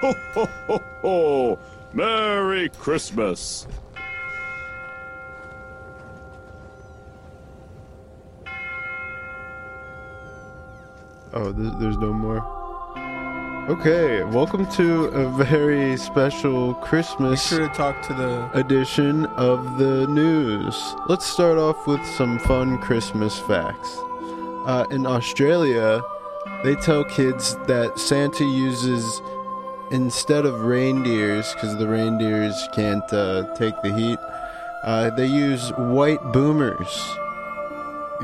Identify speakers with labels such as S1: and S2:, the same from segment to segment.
S1: Ho, ho, ho, ho! Oh, Merry Christmas!
S2: Oh, th- there's no more. Okay, welcome to a very special
S3: Be
S2: Christmas
S3: sure to talk to the.
S2: edition of the news. Let's start off with some fun Christmas facts. Uh, in Australia, they tell kids that Santa uses instead of reindeers because the reindeers can't uh, take the heat. Uh, they use white boomers.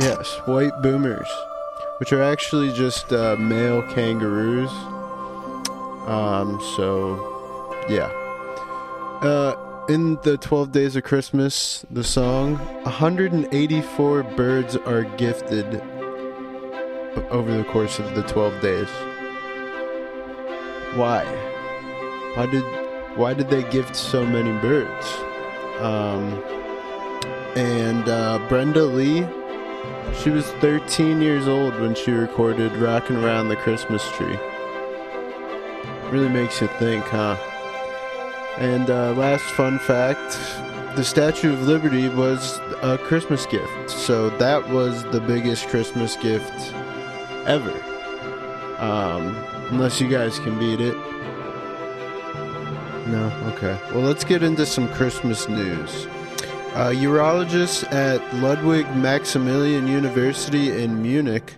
S2: Yes, white boomers, which are actually just uh, male kangaroos. Um, so, yeah. Uh, in the 12 Days of Christmas, the song, 184 birds are gifted o- over the course of the 12 days. Why? Why did why did they gift so many birds? Um, and uh, Brenda Lee, she was 13 years old when she recorded "Rockin' Around the Christmas Tree." Really makes you think, huh? And uh, last fun fact the Statue of Liberty was a Christmas gift. So that was the biggest Christmas gift ever. Um, unless you guys can beat it. No? Okay. Well, let's get into some Christmas news. Uh, urologists at Ludwig Maximilian University in Munich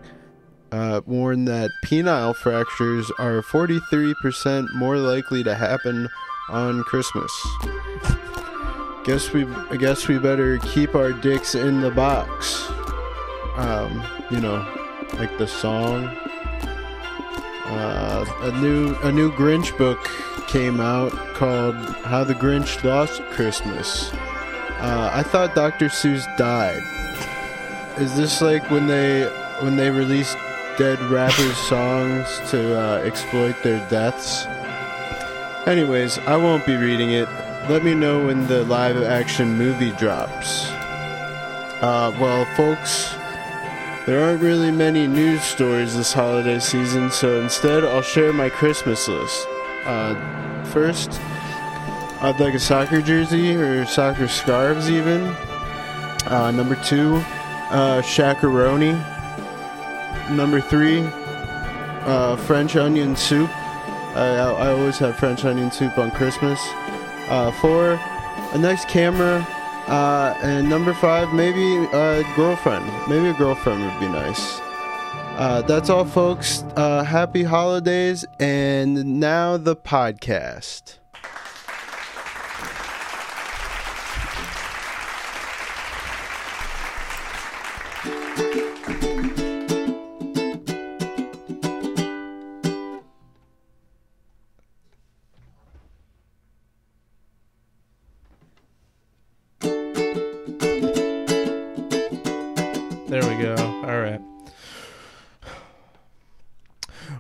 S2: uh, warn that penile fractures are 43% more likely to happen on Christmas. Guess we, I guess we better keep our dicks in the box. Um, you know, like the song. Uh, a new, a new Grinch book came out called "How the Grinch Lost Christmas." Uh, I thought Dr. Seuss died. Is this like when they, when they released dead rappers' songs to uh, exploit their deaths? Anyways, I won't be reading it. Let me know when the live action movie drops. Uh, well, folks, there aren't really many news stories this holiday season, so instead I'll share my Christmas list. Uh, first, I'd like a soccer jersey or soccer scarves, even. Uh, number two, uh, shakaroni. Number three, uh, French onion soup. I, I, I always have French onion soup on Christmas. Uh, four, a nice camera. Uh, and number five, maybe a girlfriend. Maybe a girlfriend would be nice. Uh, that's all, folks. Uh, happy holidays. And now the podcast.
S3: There we go. All right.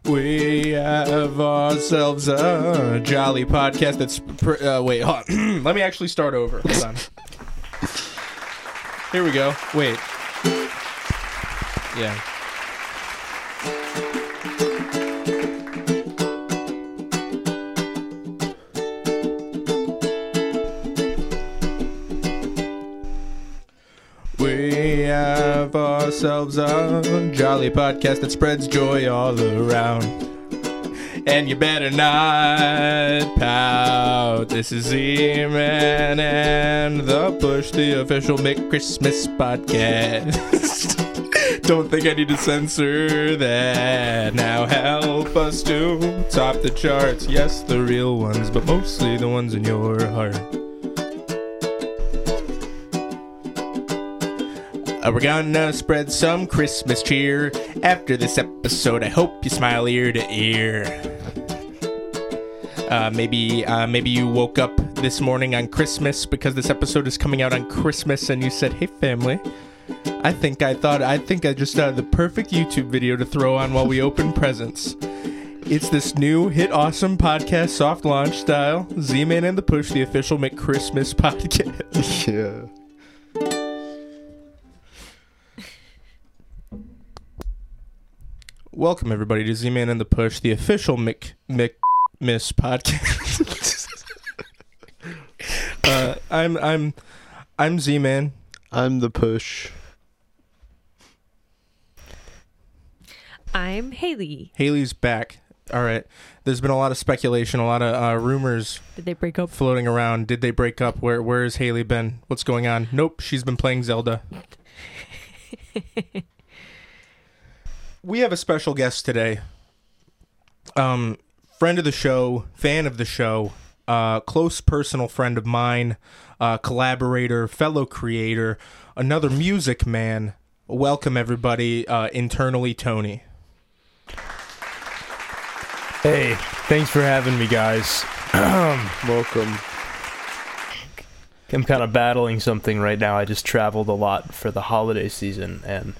S3: We have ourselves a jolly podcast. That's pr- uh, wait. Hold on. Let me actually start over. Hold on. Here we go. Wait. Yeah. We have ourselves a jolly podcast that spreads joy all around. And you better not pout. This is Eman and the Bush, the official Mick Christmas podcast. Don't think I need to censor that. Now help us to top the charts. Yes, the real ones, but mostly the ones in your heart. Uh, we're gonna spread some Christmas cheer after this episode. I hope you smile ear to ear. Uh, maybe, uh, maybe you woke up this morning on Christmas because this episode is coming out on Christmas, and you said, "Hey, family." I think I thought I think I just thought of the perfect YouTube video to throw on while we open presents. It's this new hit awesome podcast, soft launch style, Z-Man and the Push, the official McChristmas podcast.
S2: Yeah.
S3: Welcome everybody to Z Man and the Push, the official Mick Mick Miss Podcast. uh, I'm I'm I'm Z Man.
S2: I'm the push.
S4: I'm Haley.
S3: Haley's back. All right. There's been a lot of speculation, a lot of uh, rumors
S4: Did they break up?
S3: floating around. Did they break up? Where Where has Haley been? What's going on? Nope, she's been playing Zelda. we have a special guest today. Um, friend of the show, fan of the show, uh, close personal friend of mine, uh, collaborator, fellow creator, another music man. Welcome everybody. Uh, internally, Tony.
S5: Hey, thanks for having me, guys.
S2: Welcome.
S5: I'm kind of battling something right now. I just traveled a lot for the holiday season, and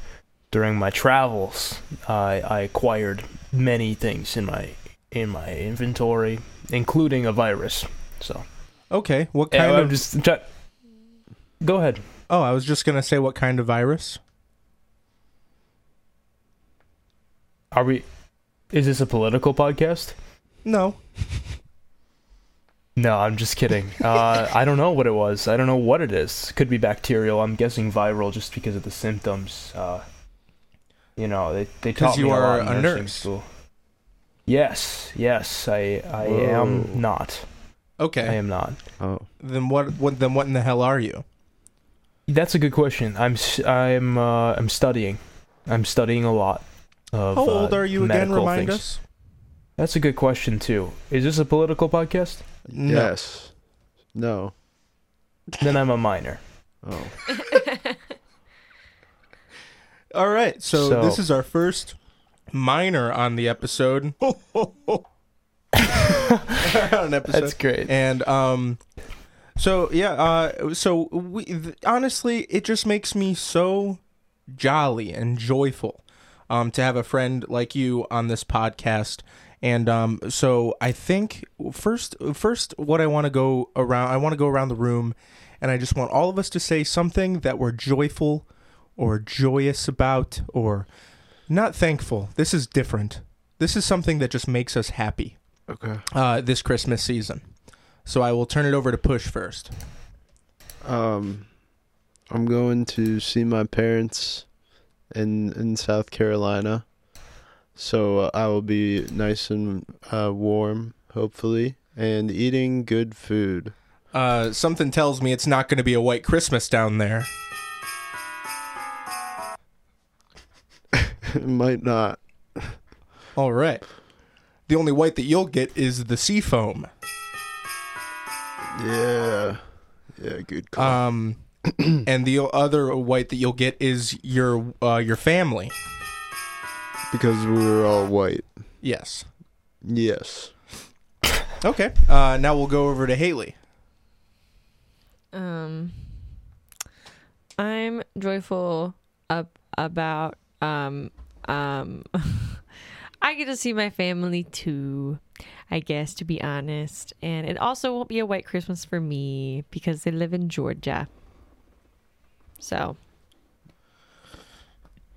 S5: during my travels, I, I acquired many things in my in my inventory, including a virus. So,
S3: Okay, what
S5: and
S3: kind
S5: I'm
S3: of?
S5: just try- go ahead.
S3: oh, I was just gonna say what kind of virus.
S5: Are we? Is this a political podcast?
S3: No,
S5: No, I'm just kidding. Uh, I don't know what it was. I don't know what it is. Could be bacterial. I'm guessing viral just because of the symptoms. Uh, you know, they they
S3: 'Cause
S5: taught
S3: you
S5: me a
S3: are
S5: lot in
S3: a
S5: nursing
S3: nurse.
S5: school. Yes, yes, I I
S2: Whoa.
S5: am not.
S3: Okay.
S5: I am not.
S2: Oh.
S3: Then what? What? Then what in the hell are you?
S5: That's a good question. I'm s- I'm uh, I'm studying. I'm studying a lot. Of,
S3: How
S5: uh,
S3: old are you again?
S5: medical
S3: Remind
S5: things.
S3: us.
S5: That's a good question too. Is this a political podcast?
S3: No.
S2: Yes. No.
S5: Then I'm a minor.
S2: Oh.
S3: All right. So,
S5: So-
S3: this is our first minor on the episode. on an episode.
S5: That's great.
S3: and um, so yeah. Uh, so we th- honestly, it just makes me so jolly and joyful um, to have a friend like you on this podcast. And um, so I think first, first, what I want to go around, I want to go around the room, and I just want all of us to say something that we're joyful or joyous about or not thankful. This is different. This is something that just makes us happy
S2: Okay.
S3: uh, this Christmas season. So I will turn it over to Push first.
S2: Um, I'm going to see my parents in in South Carolina, so uh, I will be nice and uh, warm, hopefully, and eating good food.
S3: Uh, something tells me it's not going to be a white Christmas down there.
S2: Might not.
S3: All right. The only white that you'll get is the sea foam.
S2: Yeah. Yeah. Good call.
S3: Um, and the other white that you'll get is your uh, your family.
S2: because we were all white.
S3: Yes.
S2: Yes.
S3: Okay. Uh, now we'll go over to Haley.
S4: Um, I'm joyful up about um um. I get to see my family too, I guess to be honest, and it also won't be a white Christmas for me because they live in Georgia. So,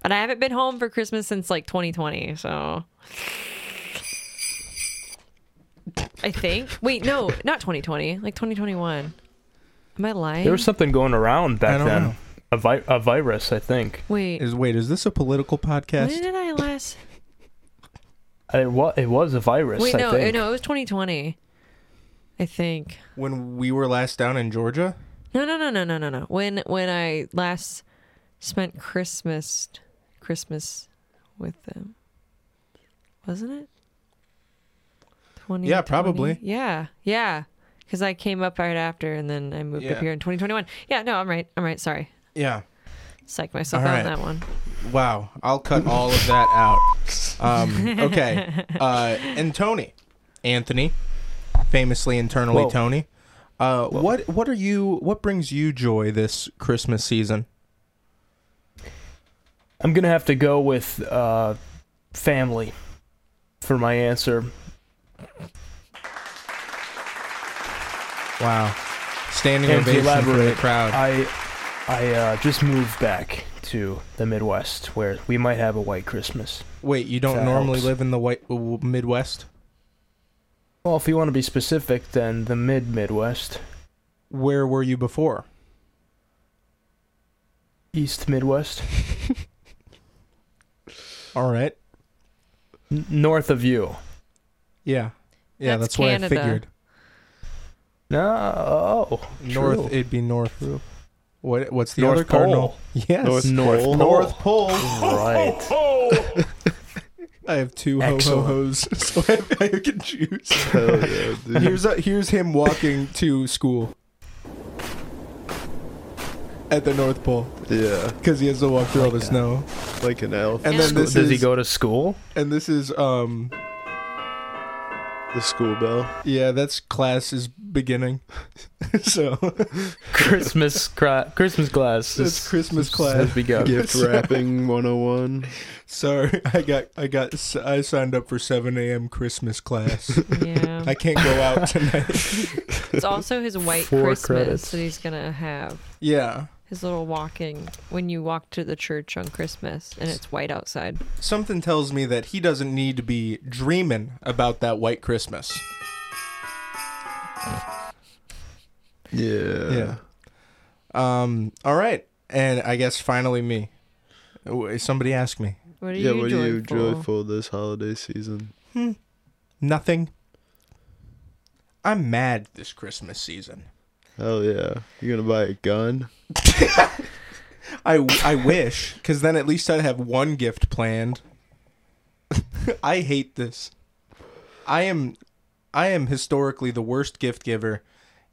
S4: but I haven't been home for Christmas since like 2020, so. I think. Wait, no, not 2020. Like 2021. Am I lying?
S5: There was something going around
S3: I
S5: back
S3: don't
S5: then.
S3: know.
S5: A, vi- a virus, I think.
S4: Wait.
S3: Is wait, is this a political
S4: when
S3: podcast?
S4: did I last?
S5: It was it was a virus.
S4: Wait,
S5: I
S4: no,
S5: think.
S4: no, it was 2020. I think.
S3: When we were last down in Georgia?
S4: No, no, no, no, no, no, no. When when I last spent Christmas Christmas with them, wasn't it? Twenty.
S3: Yeah, probably.
S4: Yeah, yeah. Because I came up right after, and then I moved
S3: Yeah.
S4: up here in 2021. Yeah, no, I'm right. I'm right. Sorry,
S3: Yeah.
S4: psyched myself
S3: All right.
S4: out on that one.
S3: Wow. I'll cut all of that out. Um, okay. Uh, and Tony, Anthony, famously internally
S5: Whoa.
S3: Tony. Uh, what what are you? What brings you joy this Christmas season?
S5: I'm gonna have to go with uh, family for my answer.
S3: Wow. Standing
S5: And to
S3: ovation from the
S5: elaborate,
S3: crowd.
S5: I I uh, just moved back to the Midwest, where we might have a white Christmas.
S3: Wait, you don't
S5: That
S3: normally
S5: helps.
S3: live in the white w- Midwest?
S5: Well, if you want to be specific, then the mid Midwest,
S3: Where were you before?
S5: East Midwest,
S3: All right.
S5: N- north of you.
S3: Yeah. Yeah,
S4: That's
S3: that's, what I
S4: Canada.
S3: figured.
S5: No, oh,
S3: North,
S5: true.
S3: it'd be north.
S5: True.
S3: What? What's the
S5: North
S3: other cardinal?
S5: Pole.
S2: North-
S3: Yes.
S5: North Pole.
S3: North Pole.
S5: Right.
S1: Oh,
S3: I have two ho ho
S5: Excellent.
S3: hos, so I, I can choose.
S2: Hell yeah, dude.
S3: here's a, here's him walking to school at the North Pole
S2: yeah,
S3: because he has to walk through all the snow.
S2: like an elf.
S3: And then
S4: School-
S3: this
S5: Does he
S3: is-
S5: go to school?
S3: And this is um
S2: The school bell.
S3: yeah that's class is beginning, so
S5: Christmas cra- Christmas class.
S3: That's
S5: is-
S3: Christmas
S5: has
S3: class.
S5: begun.
S2: Gift wrapping 101.
S3: sorry I got I got s- I signed up for 7 a.m. Christmas class.
S4: Yeah.
S3: I can't go out tonight.
S4: it's also his white
S5: Four
S4: Christmas
S5: credits.
S4: that he's gonna have.
S3: yeah,
S4: His little walking when you walk to the church on Christmas and it's white outside.
S3: something tells me that he doesn't need to be dreaming about that white Christmas.
S2: Yeah.
S3: Yeah. Um. All right, and I guess finally me. W- Somebody asked me
S4: What are
S2: Yeah,
S4: you
S2: what
S4: joyful?
S2: are you joyful this holiday season?
S3: nothing. I'm mad this Christmas season.
S2: Hell yeah. You gonna buy a gun?
S3: I I wish, because then at least I'd have one gift planned. I hate this. I am, I am historically the worst gift giver,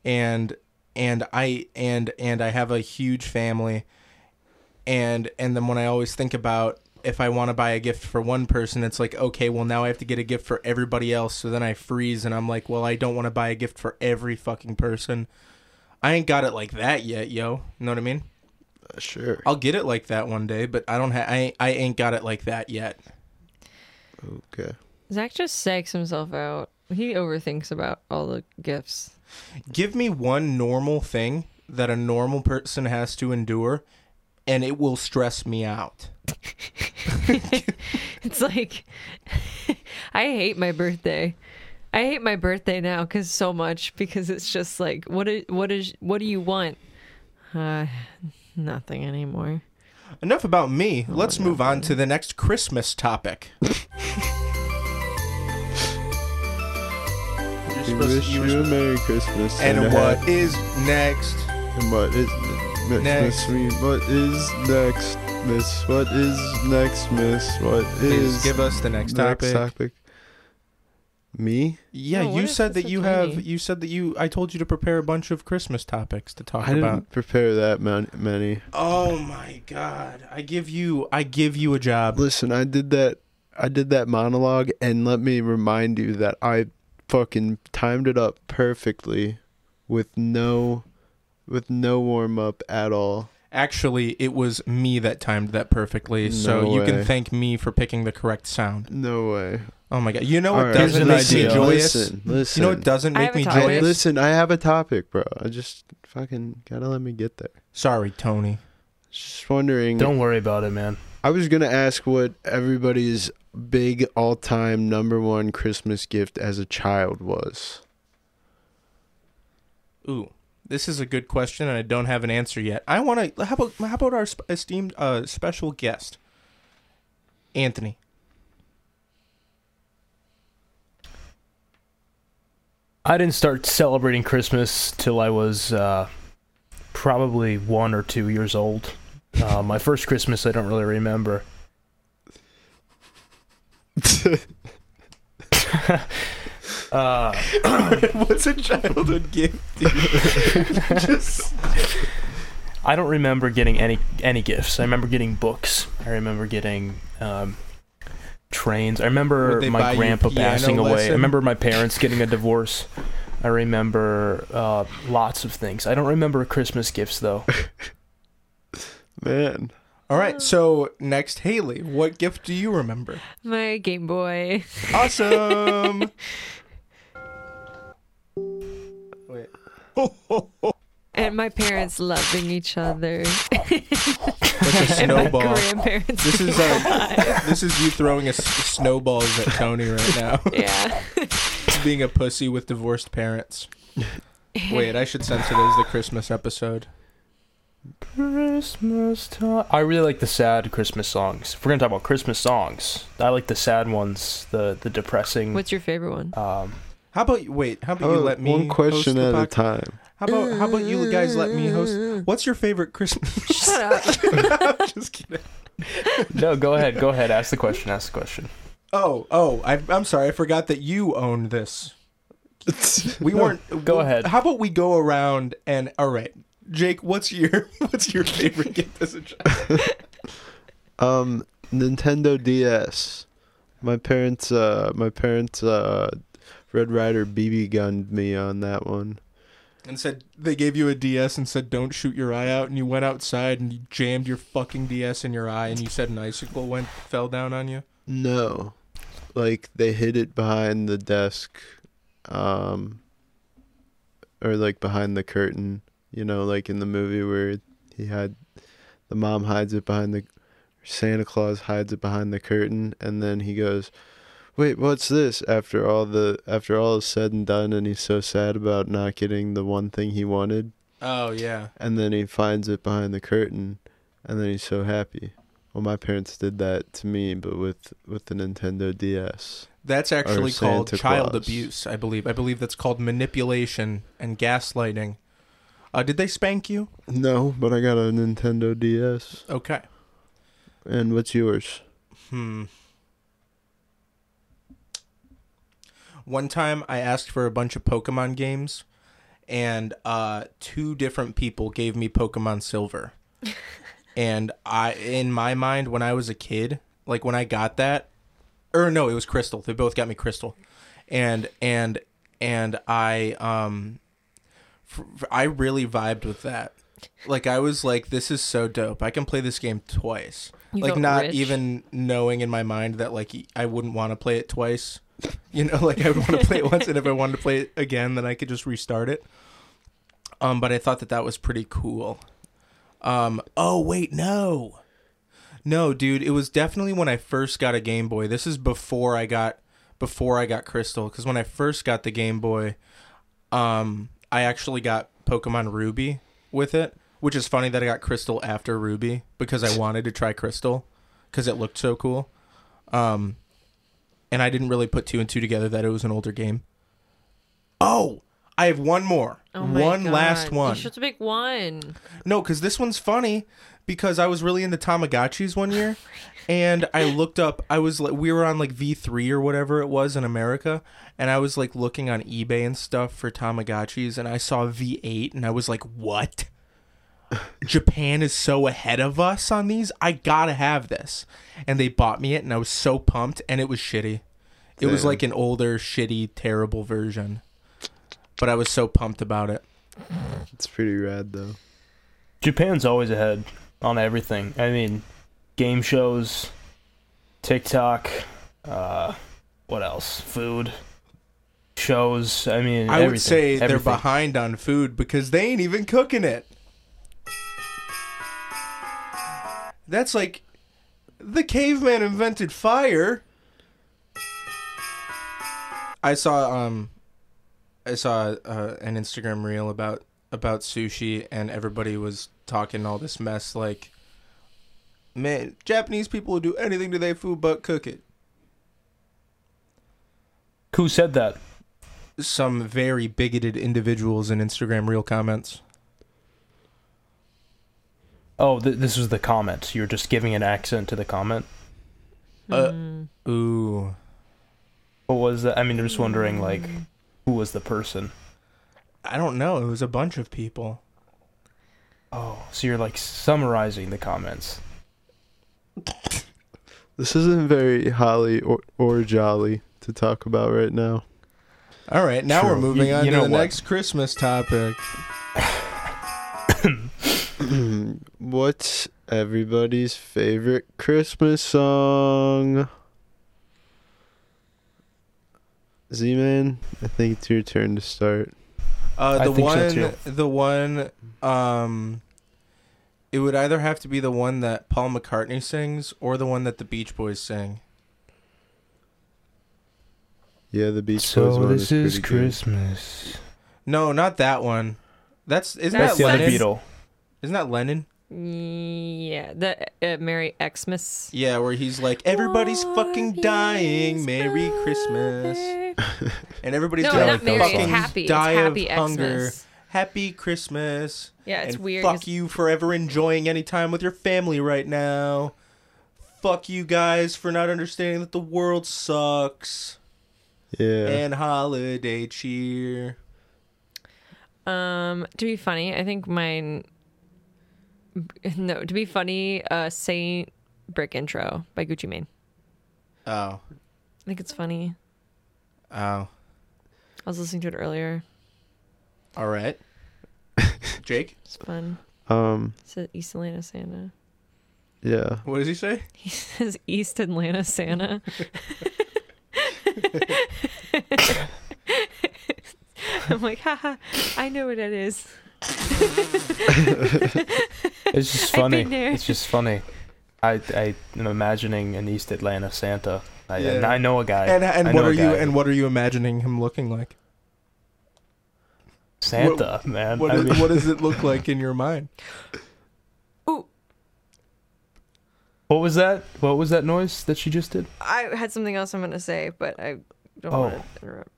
S3: and and I and and I have a huge family, and and then when I always think about if I want to buy a gift for one person, it's like okay, well now I have to get a gift for everybody else. So then I freeze, and I'm like, well I don't want to buy a gift for every fucking person. I ain't got it like that yet, yo. Know what I mean?
S2: Uh, sure.
S3: I'll get it like that one day, but I don't have. I ain't, I ain't got it like that yet.
S2: Okay.
S4: Zach just sex himself out. He overthinks about all the gifts.
S3: Give me one normal thing that a normal person has to endure, and it will stress me out.
S4: It's like I hate my birthday. I hate my birthday now because so much because it's just like what is what is what do you want? Uh, nothing anymore.
S3: Enough about me. Let's move on to the next Christmas topic.
S2: We
S3: supposed to-
S2: wish
S3: you
S2: you
S3: were
S2: a Merry Christmas.
S3: and
S2: a
S3: what
S2: happy-
S3: is next?
S2: And what is next, miss
S3: Next.
S2: me? What is next, miss? What is next, miss? What
S3: Please
S2: is
S3: give us the next topic.
S2: Me?
S3: Yeah,
S4: No, what
S3: you
S4: is
S3: said
S4: this
S3: that you
S4: so
S3: have.
S4: tiny?
S3: You said that you. I told you to prepare a bunch of Christmas topics to talk
S2: I didn't
S3: about.
S2: prepare that man- many.
S3: Oh my God! I give you. I give you a job.
S2: Listen, I did that. I did that monologue, and let me remind you that I fucking timed it up perfectly, with no, with no warm up at all.
S3: Actually, it was me that timed that perfectly, so
S2: No
S3: you can
S2: way.
S3: thank me for picking the correct sound.
S2: No way.
S3: Oh my god! You know
S2: All
S3: what
S2: right,
S5: here's
S3: doesn't
S5: an
S3: make me
S5: idea.
S3: joyous?
S2: Listen, listen.
S3: You know what doesn't
S4: I
S3: make
S4: have a
S3: me
S4: topic.
S2: I,
S3: joyous?
S2: listen, I have a topic, bro. I just fucking gotta let me get there.
S3: Sorry, Tony.
S2: Just wondering.
S5: Don't worry about it, man.
S2: I was gonna ask what everybody's big all-time number one Christmas gift as a child was.
S3: Ooh, this is a good question, and I don't have an answer yet. I want to. How about how about our sp- esteemed uh, special guest, Anthony?
S5: I didn't start celebrating Christmas till I was uh, probably one or two years old. Uh, my first Christmas, I don't really remember. Uh,
S3: What's a childhood gift?
S5: I don't remember getting any any gifts. I remember getting books. I remember getting um, trains. I remember
S3: Would they buy
S5: my
S3: you
S5: grandpa
S3: piano
S5: passing away.
S3: lesson?
S5: I remember my parents getting a divorce. I remember uh, lots of things. I don't remember Christmas gifts though.
S2: Man,
S3: All right, so next, Haley, what gift do you remember?
S4: My Game Boy.
S3: Awesome. Wait.
S4: And my parents loving each other.
S3: That's a
S4: And my
S3: snowball.
S4: grandparents.
S3: This is uh, this is you throwing a s- snowballs at Tony right now.
S4: yeah.
S3: being a pussy with divorced parents. Wait, I should censor it as the Christmas episode.
S5: Christmas time. I really like the sad Christmas songs. If we're gonna talk about Christmas songs, I like the sad ones, the the depressing.
S4: What's your favorite one?
S5: um,
S3: How about you? Wait, how about you
S2: Oh,
S3: let me
S2: one
S3: host
S2: question
S3: the
S2: at a
S3: podcast?
S2: time.
S3: How about how about you guys let me host? What's your favorite Christmas?
S4: Shut up.
S3: Just kidding.
S5: no, go ahead, go ahead. Ask the question. Ask the question.
S3: Oh, oh, I, I'm sorry. I forgot that you own this. We weren't.
S5: go
S3: we-
S5: ahead.
S3: How about we go around and all right, Jake. What's your what's your favorite gift as a child?
S2: Um, Nintendo DS. My parents, uh, my parents, uh, Red Rider BB gunned me on that one.
S3: And said they gave you a DS and said don't shoot your eye out, and you went outside and you jammed your fucking DS in your eye, and you said an icicle went fell down on you.
S2: No, like they hid it behind the desk, um, or like behind the curtain. You know, like in the movie where he had the mom hides it behind the Santa Claus hides it behind the curtain, and then he goes, "Wait, what's this?" After all the after all is said and done, and he's so sad about not getting the one thing he wanted,
S3: Oh yeah.
S2: and then he finds it behind the curtain, and then he's so happy. Well, my parents did that to me, but with with the Nintendo DS.
S3: That's actually
S2: Santa
S3: called child
S2: Claus.
S3: abuse, I believe. I believe that's called manipulation and gaslighting. Uh, did they spank you?
S2: No, but I got a Nintendo DS.
S3: Okay.
S2: And what's yours?
S3: Hmm. One time I asked for a bunch of Pokemon games, and uh, two different people gave me Pokemon Silver. and I, in my mind, when I was a kid, like when I got that, or no, it was Crystal. They both got me Crystal, and and and I um, f- f- I really vibed with that. Like I was like, this is so dope. I can play this game twice.
S4: You
S3: like
S4: felt
S3: not
S4: rich.
S3: even knowing in my mind that like I wouldn't want to play it twice. You know, like I would want to play it once, and if I wanted to play it again, then I could just restart it. Um, but I thought that that was pretty cool. Um, oh wait, no, no, dude, it was definitely when I first got a Game Boy. This is before I got before I got Crystal, because when I first got the Game Boy, um, I actually got Pokemon Ruby with it, which is funny that I got Crystal after Ruby because I wanted to try Crystal because it looked so cool. Um, and I didn't really put two and two together that it was an older game. Oh, I have one more,
S4: Oh
S3: one
S4: my God.
S3: last one.
S4: You should make one.
S3: No, because this one's funny because I was really into Tamagotchis one year, and I looked up. I was like, we were on like V three or whatever it was in America, and I was like looking on eBay and stuff for Tamagotchis, and I saw V eight, and I was like, what? Japan is so ahead of us on these. I gotta have this, and they bought me it, and I was so pumped, and it was shitty. It was
S2: Damn.
S3: like an older, shitty, terrible version, but I was so pumped about it.
S2: It's pretty rad though.
S5: Japan's always ahead on everything. I mean, game shows, TikTok, uh, what else? Food, shows. I mean,
S3: I
S5: everything,
S3: would say they're
S5: everything.
S3: behind on food because they ain't even cooking it. That's like the caveman invented fire. I saw um I saw uh, an Instagram reel about about sushi and everybody was talking all this mess like man, Japanese people will do anything to their food but cook it.
S5: Who said that?
S3: Some very bigoted individuals in Instagram reel comments.
S5: Oh, th- this was the comment. You're just giving an accent to the comment.
S3: Uh, Ooh.
S5: What was that? I mean, I'm just wondering, like, who was the person?
S3: I don't know. It was a bunch of people.
S5: Oh, so you're like summarizing the comments.
S2: This isn't very holly or, or jolly to talk about right now.
S3: All right, now
S5: True.
S3: we're moving
S5: You-
S3: on
S5: you
S3: to
S5: know
S3: the
S5: what?
S3: next Christmas topic.
S2: What's everybody's favorite Christmas song? Z Man, I think it's your turn to start.
S3: Uh,
S5: I
S3: the
S5: think so,
S3: one,
S5: too.
S3: the one, um, it would either have to be the one that Paul McCartney sings or the one that the Beach Boys sing.
S2: Yeah, the Beach Boys
S5: so
S2: one
S5: this is
S2: pretty good.
S5: Christmas.
S3: No, not that one. That's isn't
S4: That's
S5: That's
S3: that
S5: the other
S3: Lennon?
S5: Beatle.
S3: Isn't that Lennon?
S4: Yeah, the uh, Merry Xmas.
S3: Yeah, where he's like, everybody's fucking dying. Merry Christmas, and everybody's
S4: No,
S3: gonna
S4: not Merry. It's
S3: fucking
S4: happy. It's
S3: die
S4: happy
S3: of hunger.
S4: Xmas.
S3: Happy Christmas.
S4: Yeah, it's
S3: and
S4: weird.
S3: Fuck
S4: 'cause-
S3: you for ever enjoying any time with your family right now. Fuck you guys for not understanding that the world sucks.
S2: Yeah.
S4: Eh.
S3: And holiday cheer.
S4: Um, to be funny, I think mine. No, to be funny, uh, Saint Brick Intro by Gucci Mane.
S3: Oh.
S4: I think it's funny.
S3: Oh.
S4: I was listening to it earlier.
S3: All right. Jake,
S4: It's fun.
S2: um.
S4: It's a East Atlanta Santa.
S2: Yeah.
S3: what does he say?
S4: He says East Atlanta Santa. I'm like, haha, I know what that is.
S5: It's just
S4: I've
S5: funny.
S4: been there.
S5: It's just funny. I I am imagining an East Atlanta Santa. I,
S3: Yeah.
S5: and I know a guy.
S3: And
S5: I
S3: and
S5: know
S3: what
S5: a
S3: are you
S5: guy.
S3: and what are you imagining him looking like?
S5: Santa man?
S3: What,
S5: I mean,
S3: what does it look like in your mind?
S4: Ooh,
S5: what was that? What was that noise that she just did?
S4: I had something else I'm gonna say, but I don't
S5: Oh.
S4: want to interrupt.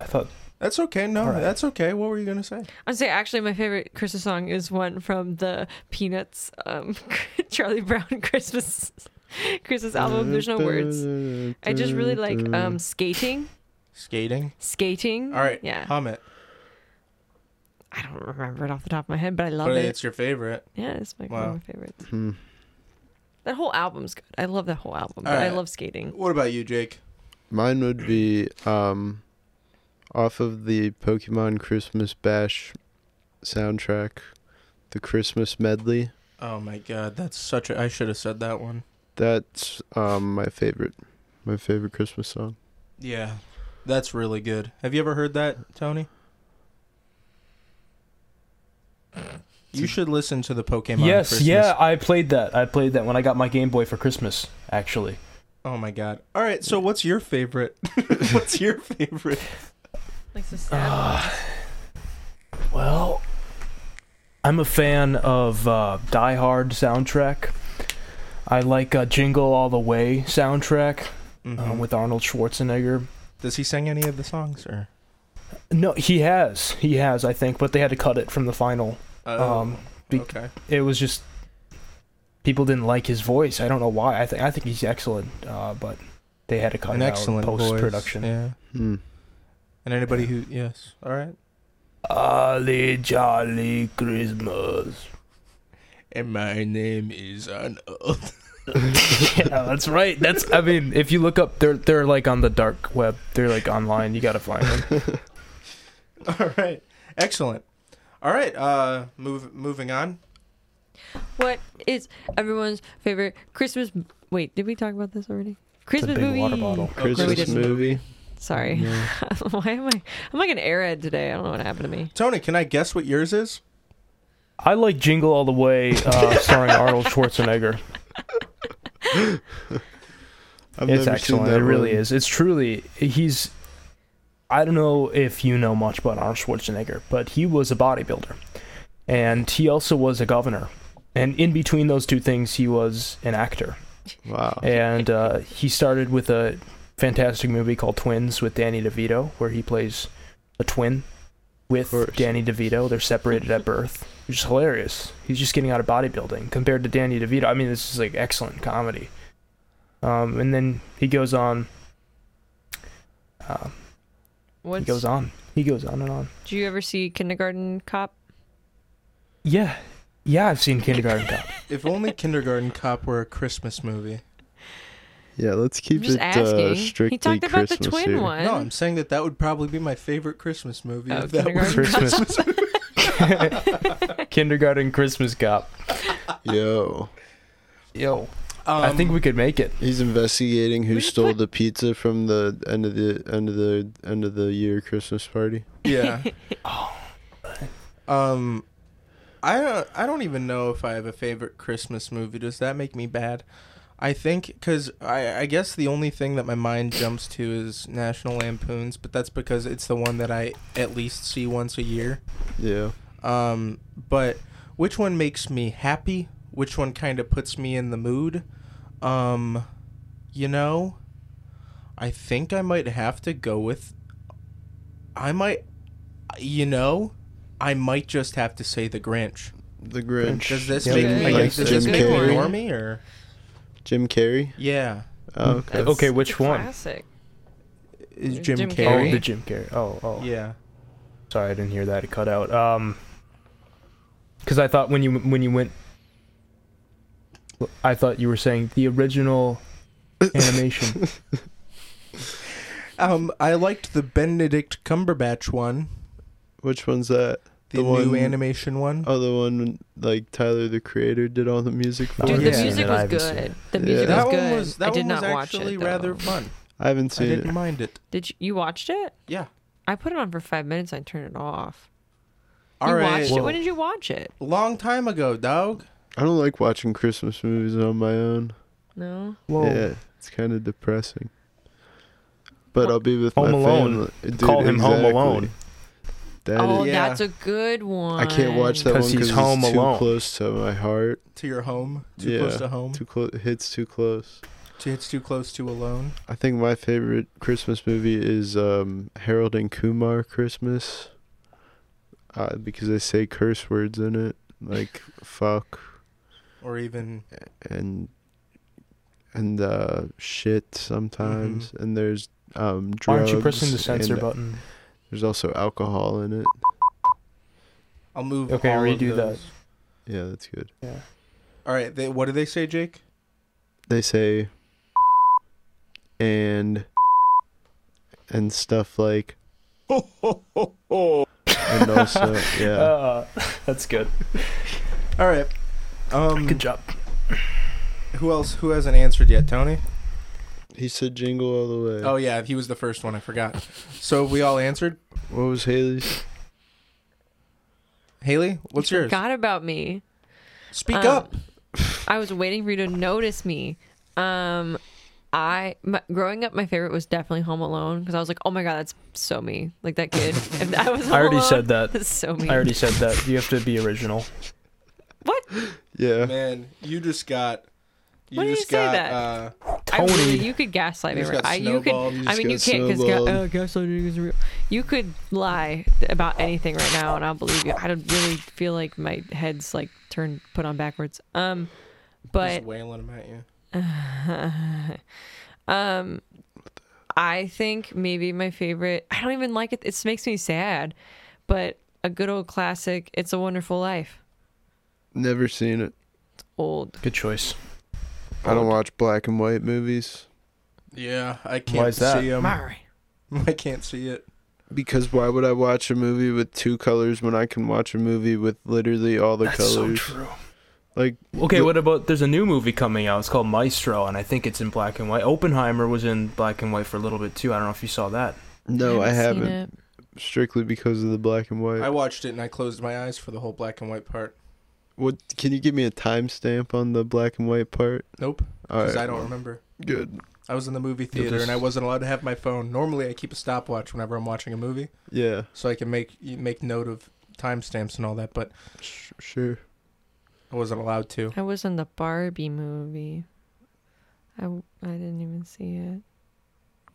S5: I thought
S3: That's okay. No,
S5: All right.
S3: that's okay. What were you gonna say?
S4: I'd say actually my favorite Christmas song is one from the Peanuts, um, Charlie Brown Christmas Christmas album. There's no words. I just really like um, skating.
S3: Skating.
S4: Skating.
S3: All right.
S4: Yeah.
S3: Hum it.
S4: I don't remember it off the top of my head, but I love
S3: But
S4: it.
S3: it's your favorite.
S4: Yeah, it's my, one
S3: Wow.
S4: of my favorites.
S2: Hmm.
S4: That whole album's good. I love that whole album. But I
S3: Alright.
S4: love
S5: Mm.
S4: skating.
S3: What about you, Jake?
S2: Mine would be um, off of the Pokemon Christmas Bash soundtrack, the Christmas medley.
S3: Oh my god, that's such a I should have said that one.
S2: That's um my favorite, my favorite Christmas song.
S3: Yeah. That's really good. Have you ever heard that, Tony? You should listen to the Pokemon.
S5: yes,
S3: Christmas.
S5: yeah. I played that. I played that when I got my Game Boy for Christmas. Actually,
S3: Oh my god. All right, so what's your favorite? what's your favorite?
S5: Um,
S4: Like so
S3: Uh,
S4: sad.
S5: well, I'm a fan of uh, Die Hard soundtrack. I like uh, Jingle All the Way soundtrack uh,
S3: Mhm.
S5: with Arnold Schwarzenegger.
S3: Does he sing any of the songs or?
S5: No, he has. He has, I think, but they had to cut it from the final. um, bec-
S3: Oh, okay.
S5: It was just people didn't like his voice. I don't know why. I think I think he's excellent, uh, but they had to cut
S3: An
S5: it
S3: excellent
S5: out
S3: voice.
S5: post production.
S3: Yeah.
S2: Hmm.
S3: And anybody who yes. All right.
S5: Ollie Jolly Christmas.
S3: And my name is Arnold.
S5: yeah, that's right. That's I mean, if you look up, they're they're like on the dark web. They're like online. You gotta find them.
S3: All right. Excellent. All right. Uh, move moving on.
S4: What is everyone's favorite Christmas? Wait, did we talk about this already? Christmas
S5: big
S4: movie.
S5: water bottle.
S3: Oh, Christmas
S2: Christmas
S4: didn't.
S2: movie.
S4: Sorry. Why am I? I'm like an airhead today. I don't know what happened to me.
S3: Tony, can I guess what yours is?
S5: I like Jingle All the Way, uh, starring Arnold Schwarzenegger.
S2: I've
S5: it's
S2: never Seen
S5: excellent.
S2: that
S5: it really
S2: one.
S5: is. It's truly he's. I don't know if you know much about Arnold Schwarzenegger, but he was a bodybuilder, and he also was a governor. And in between those two things, he was an actor.
S2: Wow.
S5: And uh, he started with a fantastic movie called Twins with Danny DeVito, where he plays a twin
S2: Of
S5: with
S2: course.
S5: Danny DeVito. They're separated at birth, which is hilarious. He's just getting out of bodybuilding compared to Danny DeVito. I mean, this is like excellent comedy. Um, and then he goes on. Uh, he
S4: What?
S5: goes on. He goes on and on.
S4: Do you ever see Kindergarten Cop?
S5: Yeah, yeah. I've seen Kindergarten Cop.
S3: If only Kindergarten Cop were a Christmas movie.
S2: Yeah, let's keep
S4: I'm just
S2: it uh,
S4: asking.
S2: strictly
S4: he talked about
S2: Christmas
S4: the twin
S2: here.
S4: one.
S3: No, I'm saying that that would probably be my favorite Christmas movie.
S4: Oh,
S3: if that were-
S4: Kindergarten Cop.
S5: Christmas. kindergarten Christmas Cop.
S2: Yo,
S5: Yo,
S3: Um,
S5: I think we could make it.
S2: he's investigating who
S4: We should
S2: stole
S4: put-
S2: the pizza from the end of the end of the end of the year Christmas party.
S3: Yeah. Um, I don't. I don't even know if I have a favorite Christmas movie. Does that make me bad? I think because I, I guess the only thing that my mind jumps to is National Lampoons, but that's because it's the one that I at least see once a year.
S2: Yeah.
S3: Um, but which one makes me happy? Which one kind of puts me in the mood? Um, you know, I think I might have to go with. I might, you know, I might just have to say the Grinch.
S2: The Grinch.
S3: Does this
S5: Yeah,
S3: make
S4: okay.
S3: me
S4: Like
S3: does this
S4: Jim
S3: make me
S4: Carrey?
S3: normie or
S2: Jim
S3: Hmm.
S2: Carrey.
S3: yeah?
S2: Oh, okay.
S5: Okay, which one?
S4: Classic.
S3: Is Jim,
S4: Jim
S3: Carrey?
S5: Oh, the Jim Carrey. Oh, oh.
S3: Yeah.
S5: Sorry, I didn't hear that. It cut out. Um, because I thought when you when you went, I thought you were saying the original animation.
S3: Um, I liked the Benedict Cumberbatch one,
S2: Which one's that?
S3: the,
S2: The
S3: new
S2: one-
S3: animation one.
S2: Oh, the one like Tyler the Creator did all the music for.
S4: Dude,
S3: Oh, Yeah.
S4: the music
S5: Yeah. I
S4: was
S5: haven't seen it.
S4: good. The
S2: Yeah.
S4: music
S3: that
S4: was
S3: one
S4: good.
S3: was that
S4: I did
S3: one was
S4: not watch
S3: actually
S4: it. though.
S3: rather fun.
S2: I haven't
S3: I
S2: seen
S3: didn't
S2: it.
S3: mind it.
S4: Did you, you watched it?
S3: Yeah.
S4: I put it on for five minutes. I turned it off.
S3: All
S4: you
S3: right.
S4: watched it.
S5: Whoa.
S4: When did you watch it?
S3: Long time ago, dog.
S2: I don't like watching Christmas movies on my own.
S4: No.
S5: Whoa.
S2: Yeah, it's kind of depressing. But I'll be with
S5: Home
S2: my
S5: Alone.
S2: family. Dude,
S5: Call him Home
S2: exactly.
S5: Alone.
S2: That
S4: oh,
S2: is-
S3: Yeah.
S4: that's a good one.
S2: I can't watch that one
S5: 'Cause
S2: because
S5: he's
S2: it's
S5: home
S2: too
S5: alone.
S2: close to my heart.
S3: To your home. Too
S2: Yeah.
S3: close to home.
S2: Too close. Hits too close.
S3: To it's too close to alone.
S2: I think my favorite Christmas movie is um, Harold and Kumar Christmas, uh, because they say curse words in it, like fuck
S3: Or even
S2: and and uh, shit sometimes. And there's um, drugs.
S5: Mm-hmm. Aren't you pressing the censor
S2: and
S5: button?
S2: There's also alcohol in it.
S3: I'll move.
S5: Okay,
S3: all of
S5: redo that.
S3: those.
S2: Yeah, that's good.
S3: All right. They, what do they say, Jake?
S2: They say and and stuff like
S1: Ho, ho, ho, ho.
S2: and also yeah.
S5: Uh, that's good.
S3: All right. Um,
S5: Good job.
S3: who else? Who hasn't answered yet? Tony.
S2: He said jingle all the way.
S3: Oh yeah, he was the first one. I forgot. So we all answered.
S2: What was Haley's?
S3: Haley, what's
S4: you
S3: yours?
S4: Forgot about me.
S3: Speak
S4: Um,
S3: up.
S4: I was waiting for you to notice me. Um, I my, growing up, my favorite was definitely Home Alone because I was like, oh my god, that's so me. Like that kid. if I was. Home
S5: I already
S4: Alone,
S5: said that.
S4: That's so me.
S5: I already said that. You have to be original.
S4: What?
S2: Yeah.
S3: Man, you just got. You
S4: Um, Why do you
S3: just
S4: say
S3: got.
S4: that?
S3: Uh,
S4: I really,
S5: Tony.
S4: you could gaslight me.
S3: You just
S4: right?
S3: got
S4: I, you could.
S3: snowballed. You
S4: I
S2: just
S4: mean, you
S2: got
S4: can't because
S2: snowballed.
S4: oh, gaslighting is real. You could lie about anything right now, and I'll believe you. I don't really feel like my head's like turned put on backwards. Um, but
S3: just wailing them at you.
S4: um, I think maybe my favorite. I don't even like it. It makes me sad, but a good old classic. It's a Wonderful Life.
S2: Never seen it.
S4: Old.
S5: Good choice.
S2: I don't watch black and white movies
S3: Yeah, I
S5: Why
S3: can't
S5: is that?
S3: see them.
S4: Mari.
S3: I can't see it.
S2: because why would I watch a movie with two colors when I can watch a movie with literally all the colors? Like
S5: Okay,
S2: Wh-
S5: what about there's a new movie coming out. It's called Maestro, and I think it's in black and white. Oppenheimer was in black and white for a little bit too. I don't know if you saw that.
S2: no, I
S4: haven't seen
S2: haven't.
S4: it.
S2: Strictly because of the black and white.
S3: I watched it and I closed my eyes for the whole black and white part.
S2: what can you give me a timestamp on the black and white part?
S3: Nope,
S2: All
S3: because
S2: right,
S3: I don't
S2: well,
S3: remember.
S2: Good.
S3: I was in the movie
S5: You'll
S3: theater and I
S5: just-
S3: wasn't allowed to have my phone. Normally, I keep a stopwatch whenever I'm watching a movie,
S2: Yeah.
S3: so I can make you make note of timestamps and all that. But
S2: Sh- sure.
S3: I wasn't allowed to.
S4: I was in the Barbie movie. I, w- I didn't even see it.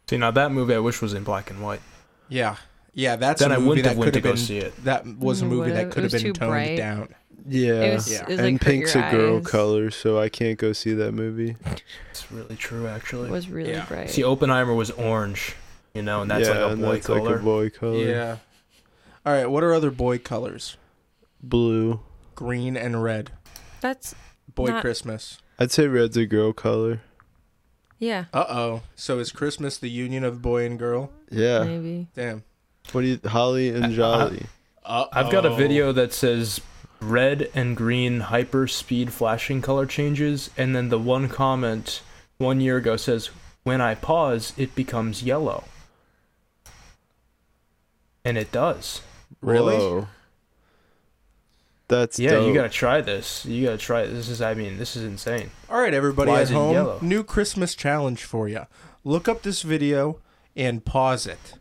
S5: See, now that movie I wish was in black and white.
S3: Yeah, yeah, that's
S5: then
S3: a
S5: I
S3: movie
S5: wouldn't have
S3: that
S5: went
S3: could
S5: to
S3: have
S5: go
S3: been.
S5: see it.
S3: That was a
S4: You
S3: movie that
S4: would've-
S3: could
S4: Mm, it
S3: have
S4: was
S3: been
S4: too
S3: toned
S4: bright.
S3: down.
S2: Yeah.
S4: It was,
S3: Yeah.
S4: it was
S2: and
S4: like hurt
S2: pink's
S4: your
S2: a girl
S4: eyes.
S2: color, so I can't go see that movie.
S5: It's really true,
S4: It
S5: actually.
S4: was really
S3: Yeah. oh.
S4: bright.
S5: See, Oppenheimer was orange, you know, Oh, and that's
S2: yeah,
S5: like a
S2: and
S5: boy
S2: that's
S5: color.
S2: like a boy color.
S3: Yeah. All right. What are other boy colors?
S2: Blue.
S3: Green and red.
S4: That's
S3: Boy
S4: Not-
S3: Christmas.
S2: I'd say red's a girl color.
S4: yeah.
S3: Uh oh. So is Christmas the union of boy and girl?
S2: Yeah.
S4: Maybe.
S3: Damn.
S2: What do you, Holly and Jolly?
S3: Uh
S5: I've
S2: Oh.
S5: got a video that says red and green hyper speed flashing color changes, and then the one comment one year ago says, "When I pause, it becomes yellow," and it does.
S3: Really?
S2: Whoa. That's
S5: Yeah, you
S2: dope.
S5: gotta try this. You gotta try it. This is, I mean, this is insane.
S3: All right, everybody
S5: Why
S3: at
S5: is it
S3: home,
S5: yellow?
S3: new Christmas challenge for you. Look up this video and pause it.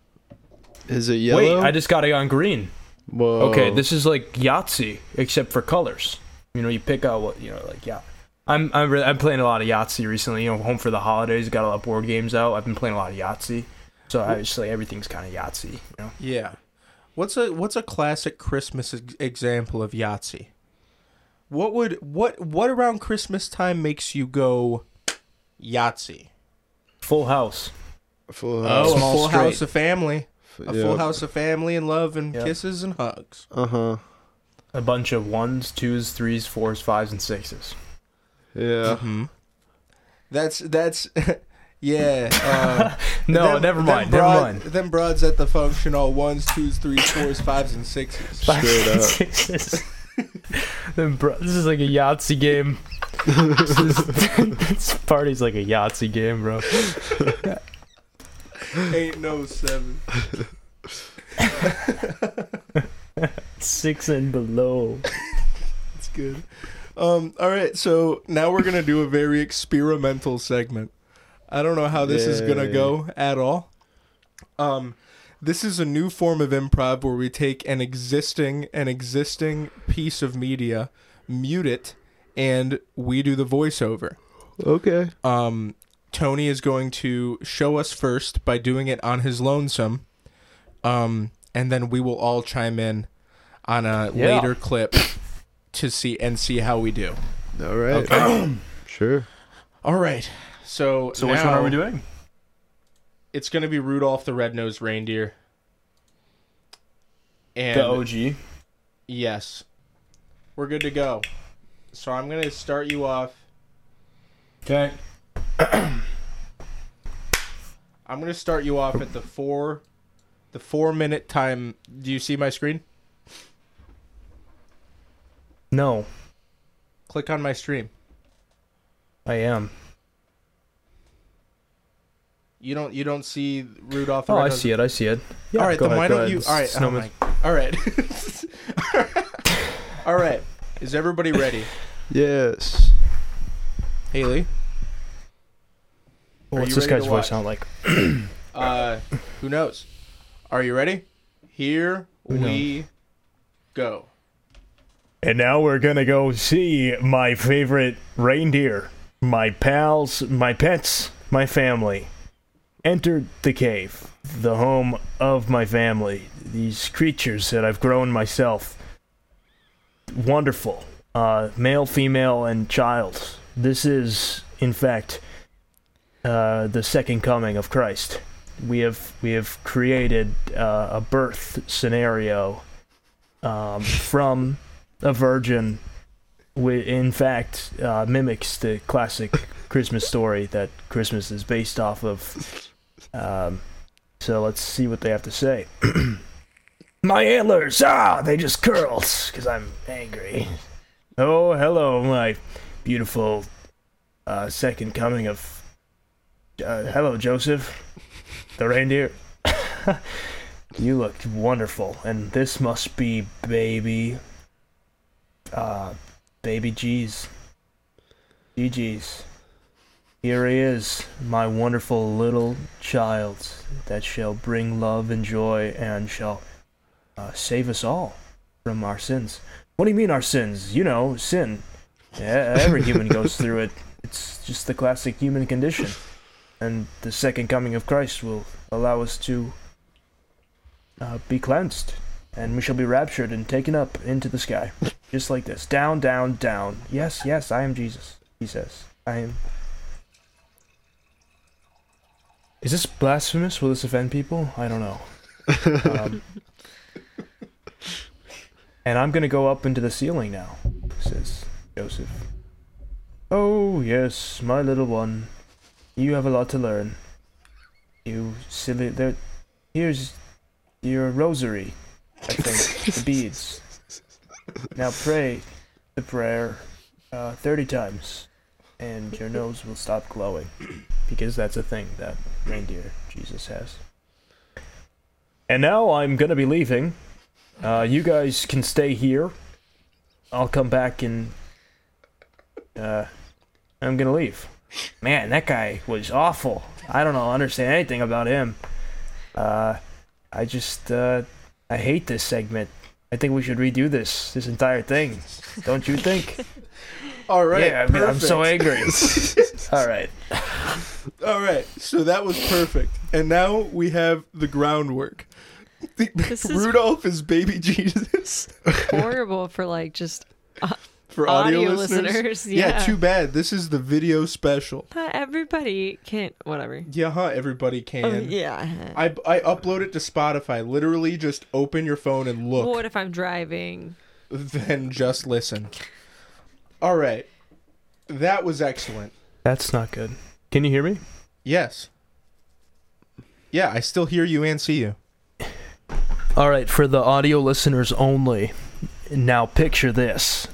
S2: Is it yellow?
S5: Wait, I just got it on green.
S2: Whoa.
S3: Um,
S5: Okay, this is like Yahtzee except for colors. You know, you pick out what you know, like yeah. I'm I'm really, I'm playing a lot of Yahtzee recently. You know, home for the holidays, got a lot of board games out. I've been playing a lot of Yahtzee, so I just like everything's kind of Yahtzee. You know,
S3: Yeah. What's a what's a classic Christmas ex- example of Yahtzee? What would what what around Christmas time makes you go Yahtzee?
S5: Full House.
S2: Full
S3: Oh, a
S5: Small
S3: full
S5: straight.
S3: house of family, a full house of family and love and
S5: Yep.
S3: kisses and hugs.
S2: Uh huh.
S5: A bunch of ones, twos, threes, fours, fives, and sixes.
S2: Yeah.
S3: hmm That's that's yeah. Uh,
S5: No,
S3: them-
S5: never
S3: them
S5: mind.
S3: broad-
S5: never mind.
S3: Them broads at the function all ones, twos, threes, fours, fives, and sixes.
S2: Straight up.
S5: Sixes. then bro, this is like a Yahtzee game. this, is, this party's like a Yahtzee game, bro.
S3: Ain't no seven.
S5: Six and below.
S3: That's good. Um, all right, so now we're gonna do a very experimental segment. I don't know how this is gonna
S2: Yay.
S3: go at all. Um, this is a new form of improv where we take an existing an existing piece of media, mute it, and we do the voiceover.
S2: Okay.
S3: Um, Tony is going to show us first by doing it on his lonesome, um, and then we will all chime in on a
S5: Yeah.
S3: later clip to see and see how we do.
S2: All right. Sure.
S3: All right. So
S5: So which one are we
S3: now
S5: doing?
S3: It's going to be Rudolph the Red-Nosed Reindeer. And
S5: The OG.
S3: yes, we're good to go. So I'm going to start you off.
S5: Okay.
S3: I'm going to start you off at the four, the four minute time. Do you see my screen?
S5: No,
S3: Click on my stream.
S5: I am.
S3: You don't you don't see Rudolph. the
S5: Oh, I
S3: Red-Nosed-
S5: see it. I see it. Yeah,
S3: all right,
S5: go
S3: then
S5: ahead,
S3: why
S5: go
S3: don't
S5: ahead.
S3: you? All right, oh
S5: Snowman.
S3: my- all right, all right. Is everybody ready?
S2: Yes.
S3: Haley, Are
S5: What's
S3: you
S5: this
S3: ready to
S5: guy's
S3: watch?
S5: voice sound like?
S3: uh, who knows? Are you ready? Here
S5: knows?
S3: we go.
S5: And now we're gonna go see my favorite reindeer, my pals, my pets, my family. Entered the cave, the home of my family, these creatures that I've grown myself. Wonderful. Uh, male, female, and child. This is, in fact, uh, the second coming of Christ. We have we have created uh, a birth scenario um, from a virgin, wi in fact, uh, mimics the classic Christmas story that Christmas is based off of. Um, so let's see what they have to say. my antlers, ah, they just curled because I'm angry. Oh, hello, my beautiful uh, second coming of. Uh, hello, Joseph, the reindeer. you looked wonderful, and this must be baby uh, baby G's. GG's. Here he is, my wonderful little child that shall bring love and joy and shall uh, save us all from our sins. What do you mean, our sins? You know, sin. Yeah, every human goes through it. It's just the classic human condition. And the second coming of Christ will allow us to uh, be cleansed. And we shall be raptured and taken up into the sky. Just like this. Down, down, down. Yes, yes, I am Jesus. He says. I am. Is this blasphemous? Will this offend people? I don't know. Um, and I'm gonna go up into the ceiling now, says Joseph. Oh, yes, my little one. You have a lot to learn. You silly. There, here's your rosary, I think. the beads. Now pray the prayer uh, 30 times, and your nose will stop glowing. Because that's a thing that reindeer Jesus has. And now I'm going to be leaving. Uh, you guys can stay here I'll come back and uh, I'm gonna leave. Man, that guy was awful. I don't know, understand anything about him. Uh, I just uh, I hate this segment. I think we should redo this this entire thing. Don't you think?
S3: All right.
S5: yeah, I mean, I'm so
S3: perfect.
S5: angry. All right.
S3: All right. So that was perfect. And now we have the groundwork.
S4: This is-
S3: Rudolph is baby Jesus
S4: Horrible for like just
S3: for audio,
S4: audio,
S3: listeners.
S4: listeners.
S3: Yeah.
S4: Yeah.
S3: too bad. This is the video special.
S4: Not everybody can't. Whatever.
S3: Yeah, huh, everybody can.
S4: Oh, yeah.
S3: I, I upload it to Spotify. Literally just open your phone and look,
S4: What if I'm driving?
S3: then just listen. All right. That was excellent.
S5: That's not good. Can you hear me?
S3: Yes. Yeah, I still hear you and see you.
S5: All right, for the audio listeners only. Now picture this.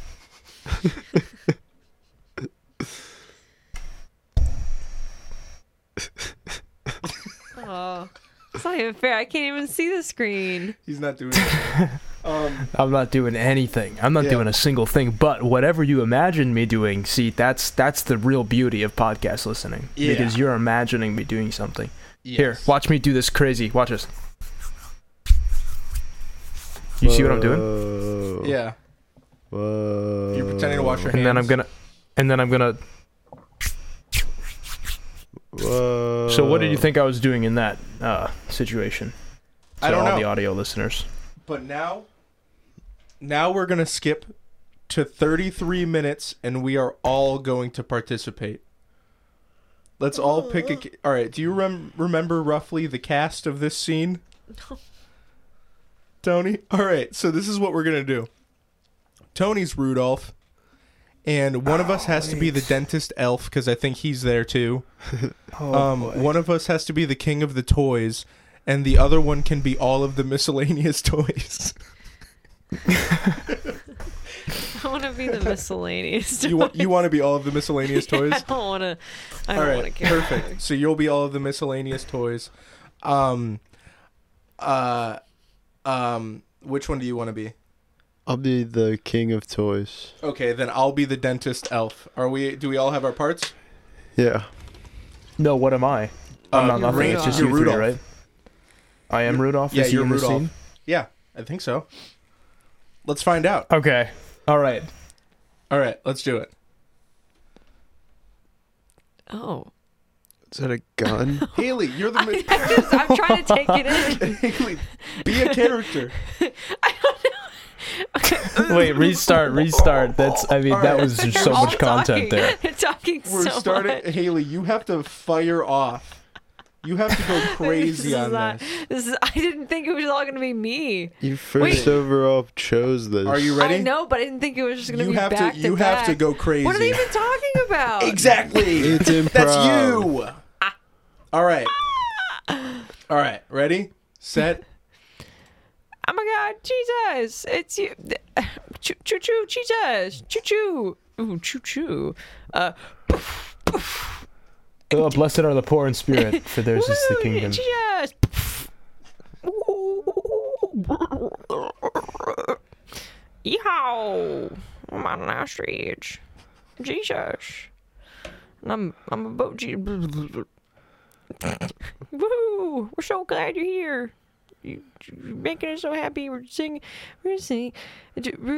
S4: Oh, it's not even fair. I can't even see the screen.
S3: He's not doing it. um,
S5: I'm not doing anything. I'm not
S3: Yeah.
S5: doing a single thing. But whatever you imagine me doing, see, that's that's the real beauty of podcast listening
S3: Yeah.
S5: because you're imagining me doing something. Here,
S3: yes.
S5: watch me do this crazy. Watch this. You see what I'm
S3: Uh,
S5: doing?
S2: doing?
S3: Yeah.
S2: Whoa.
S3: You're pretending to wash your hands.
S5: And then I'm gonna, and then I'm gonna.
S2: Whoa.
S5: So, what did
S3: Uh,
S5: you think I was doing in that uh, situation?
S3: I don't
S5: all
S3: know.
S5: the audio listeners.
S3: But now, now we're gonna skip to 33 minutes, and we are all going to participate. Let's all pick a. All right. Do you rem- remember roughly the cast of this scene? Tony. All right. So this is what we're gonna do. Tony's Rudolph, and one of us has to be the dentist elf because I think he's there too. um, one of us has to be the king of the toys, and the other one can be all of the miscellaneous toys.
S4: I want to be the miscellaneous.
S3: you want you want to be all of the miscellaneous toys.
S4: I don't want to. I
S3: all
S4: don't
S3: right,
S4: want to care.
S3: perfect. So you'll be all of the miscellaneous toys. Um, uh, um, which one do you want to be?
S2: I'll be the king of toys.
S3: Okay, then I'll be the dentist elf. Are we? Do we all have our parts?
S2: Yeah.
S5: No, what am I? I'm
S3: Uh,
S5: not nothing.
S4: You're
S5: It's
S4: Rudolph.
S5: just you
S3: You're
S5: three,
S3: Rudolph.
S5: right? I am Rudolph.
S3: Yeah,
S5: Is he
S3: you're
S5: in the
S3: Rudolph.
S5: scene?
S3: Yeah, I think so. Let's find out.
S5: Okay. All right.
S3: All right, let's do it.
S4: Oh,
S2: Is that a gun?
S3: Haley, you're the mi-
S4: I'm, just, I'm trying to take it in.
S3: Haley. Be a character.
S5: Wait, restart, restart. That's I mean
S3: All
S5: that
S3: right.
S5: was just so
S4: They're all
S5: much content
S4: talking.
S5: there.
S4: They're talking
S3: We're
S4: so
S3: starting.
S4: much.
S3: Haley, you have to fire off. You have to go
S4: This
S3: crazy
S4: is
S3: on
S4: not-
S3: this.
S4: This is, I didn't think it was all gonna be me.
S2: you first overall chose this.
S3: Are you ready?
S4: I know, but I didn't think it was just gonna
S3: You
S4: be
S3: have to-
S4: back to
S3: you have to
S4: back.
S3: go crazy.
S4: What are they even talking about?
S3: Exactly.
S2: It's improv.
S3: That's you. All right.
S4: Ah.
S3: All right. Ready? Set.
S4: Oh my God, Jesus! It's you. Choo choo choo, Jesus! Choo choo. Ooh, choo choo. Uh,
S5: Oh, blessed are the poor in spirit, for theirs is the
S4: woo,
S5: kingdom.
S4: Jesus. Yeehaw! I'm on an ostrich. Jesus. And I'm I'm about to. Woo! We're so glad you're here. You, you're making us so happy. We're singing. We're singing.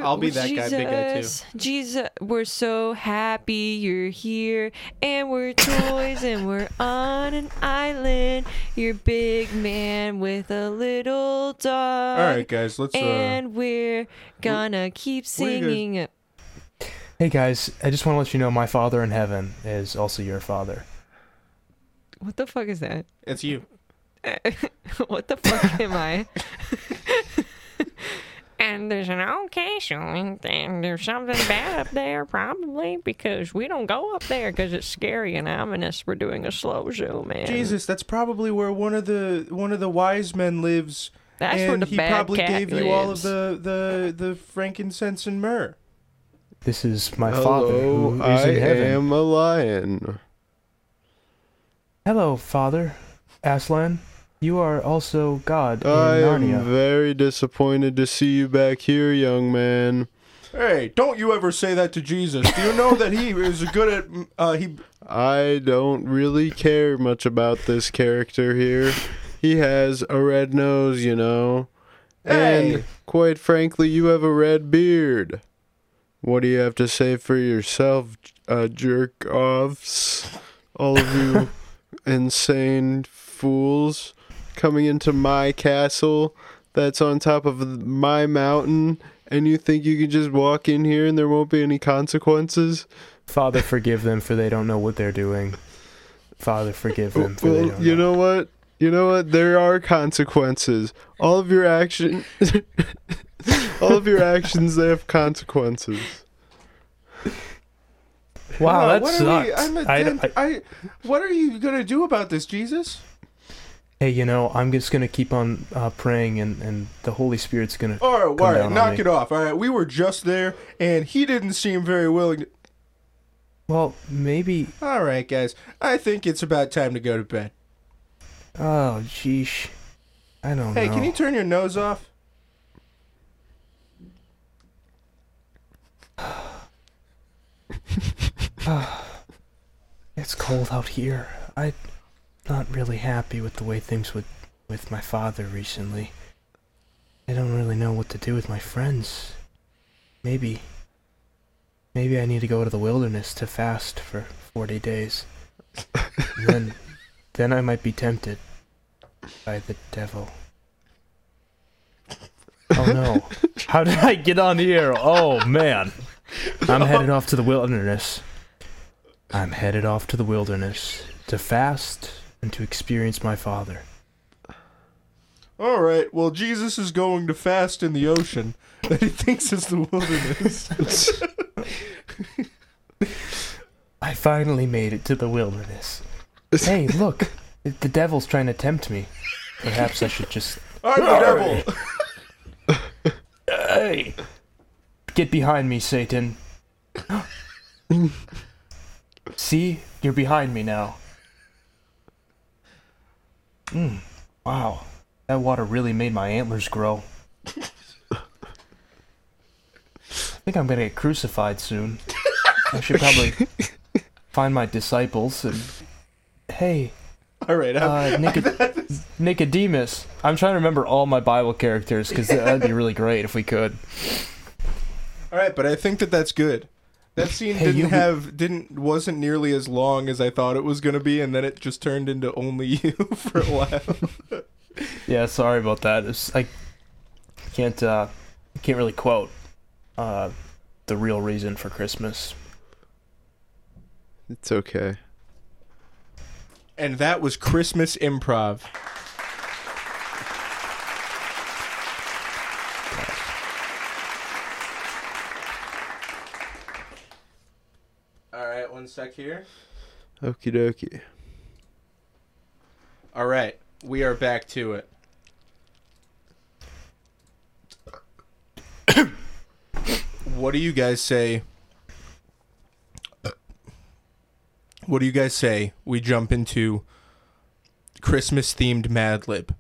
S3: I'll be that guy, big guy, too.
S4: Jesus, we're so happy you're here, and we're toys, and we're on an island. You're big man with a little dog.
S3: All right, guys. Let's. Uh,
S4: And we're gonna keep
S3: what are you guys-
S4: singing.
S5: Hey guys, I just want to let you know my father in heaven is also your father.
S4: What the fuck is that?
S3: it's you.
S4: what the fuck am I? and there's an okay showing, and there's something bad up there probably because we don't go up there because it's scary and ominous. We're doing a slow zoom in.
S3: Jesus, that's probably where one of the one of the wise men lives,
S4: That's where
S3: and
S4: the
S3: he
S4: bad
S3: probably
S4: cat
S3: gave you all of
S4: lives.
S3: the the the frankincense and myrrh.
S5: This is my father
S2: Hello,
S5: who is
S2: I
S5: in heaven.
S2: am a lion.
S5: Hello, father. Aslan, you are also God
S2: I
S5: in
S2: am
S5: Narnia.
S2: very disappointed to see you back here, young man.
S3: Hey, don't you ever say that to Jesus. Do you know that he is good at uh, he
S2: I don't really care much about this character here. He has a red nose, you know.
S3: Hey.
S2: And quite frankly, you have a red beard. What do you have to say for yourself, uh, jerk offs? All of you insane fools coming into my castle that's on top of my mountain, and you think you can just walk in here and there won't be any consequences?
S5: Father, forgive them for they don't know what they're doing. Father, forgive them for they
S2: Well,
S5: don't
S2: you know what? You know what? There are consequences. All of your action, all of your actions, they have consequences.
S5: Wow,
S3: Uh,
S5: that
S3: what are we-
S5: sucks.
S3: I'm a
S5: I-
S3: dent-
S5: I-
S3: I- what are you gonna do about this, Jesus?
S5: hey, you know, I'm just gonna keep on uh, praying, and and the Holy Spirit's gonna.
S3: All right, all
S5: Come
S3: right,
S5: down on
S3: knock
S5: me.
S3: it off. All right, we were just there, and he didn't seem very willing. To...
S5: Well, maybe.
S3: All right, guys, I think it's about time to go to bed.
S5: Oh, jeesh. I don't
S3: Hey,
S5: know.
S3: can you turn your nose off?
S5: It's cold out here. I'm not really happy with the way things with with my father recently. I don't really know what to do with my friends. Maybe maybe I need to go to the wilderness to fast for 40 days. And then then I might be tempted by the devil. Oh no. How did I get on here? Oh man. I'm headed off to the wilderness. I'm headed off to the wilderness to fast and to experience my father.
S3: All right, well, Jesus is going to fast in the ocean that he thinks is the wilderness.
S5: I finally made it to the wilderness. Hey, look, the devil's trying to tempt me. Perhaps I should just
S3: I'm the devil.
S5: hey, get behind me, Satan. See, you're behind me now. Mm, wow, that water really made my antlers grow. I think I'm gonna get crucified soon. I should probably find my disciples and. Hey,
S3: All right, I'm,
S5: uh, Nicod- Nicodemus. I'm trying to remember all my Bible characters because that'd be really great if we could.
S3: all right, but I think that that's good. That scene
S5: Hey,
S3: didn't
S5: you-
S3: have didn't wasn't nearly as long as I thought it was gonna be, and then it just turned into only you for a while.
S5: Yeah, sorry about that. It's, I can't uh, can't really quote uh, the real reason for Christmas.
S2: It's okay.
S3: And that was Christmas improv. All right, one sec here.
S2: Okie dokie.
S3: All right, we are back to it. what do you guys say? What do you guys say? We jump into Christmas themed Mad Lib.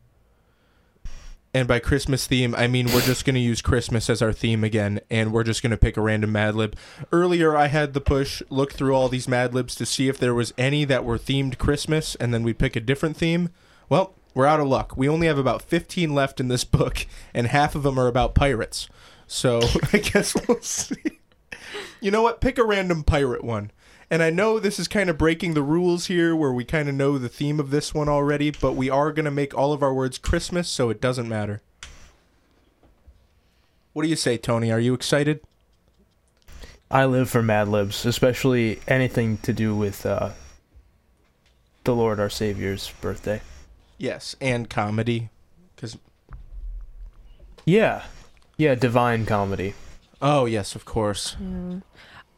S3: And by Christmas theme, I mean we're just going to use Christmas as our theme again, and we're just going to pick a random Mad Lib. Earlier, I had the push look through all these Mad Libs to see if there was any that were themed Christmas, and then we'd pick a different theme. Well, we're out of luck. We only have about 15 left in this book, and half of them are about pirates. So I guess we'll see. You know what? Pick a random pirate one. And I know this is kind of breaking the rules here where we kind of know the theme of this one already, but we are going to make all of our words Christmas, so it doesn't matter. What do you say, Tony? Are you excited?
S5: I live for Mad Libs, especially anything to do with uh, the Lord our Savior's birthday.
S3: Yes, and comedy. Cause
S5: Yeah, yeah, divine comedy.
S3: oh yes, of course.
S4: Yeah.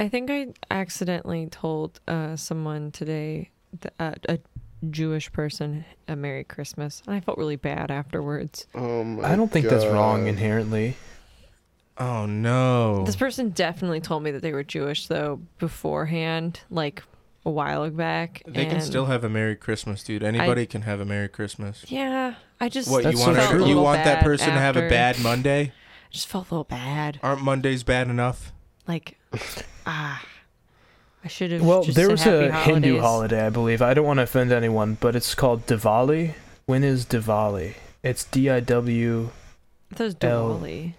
S4: I think I accidentally told uh, someone today, th- uh, a Jewish person, a Merry Christmas, and I felt really bad afterwards.
S2: Oh my
S5: I don't think that's wrong
S2: God.
S5: inherently.
S3: Oh no.
S4: This person definitely told me that they were Jewish though beforehand, like a while back.
S3: They can
S4: and-
S3: still have a Merry Christmas, dude. Anybody can have a Merry Christmas.
S4: Yeah, I just
S3: What you
S5: That's so
S3: want?
S5: true.
S3: you want that
S4: Felt a
S3: person to have a
S4: little bad
S3: bad Monday?
S4: I just felt a little bad.
S3: Aren't Mondays bad enough?
S4: Like, ah, I should have.
S5: Well,
S4: just
S5: there
S4: said
S5: was
S4: happy
S5: a Hindu
S4: holidays.
S5: holiday, I believe. I don't want to offend anyone, but it's called Diwali. When is Diwali? It's D I W
S4: I thought it was
S5: L.
S4: Diwali.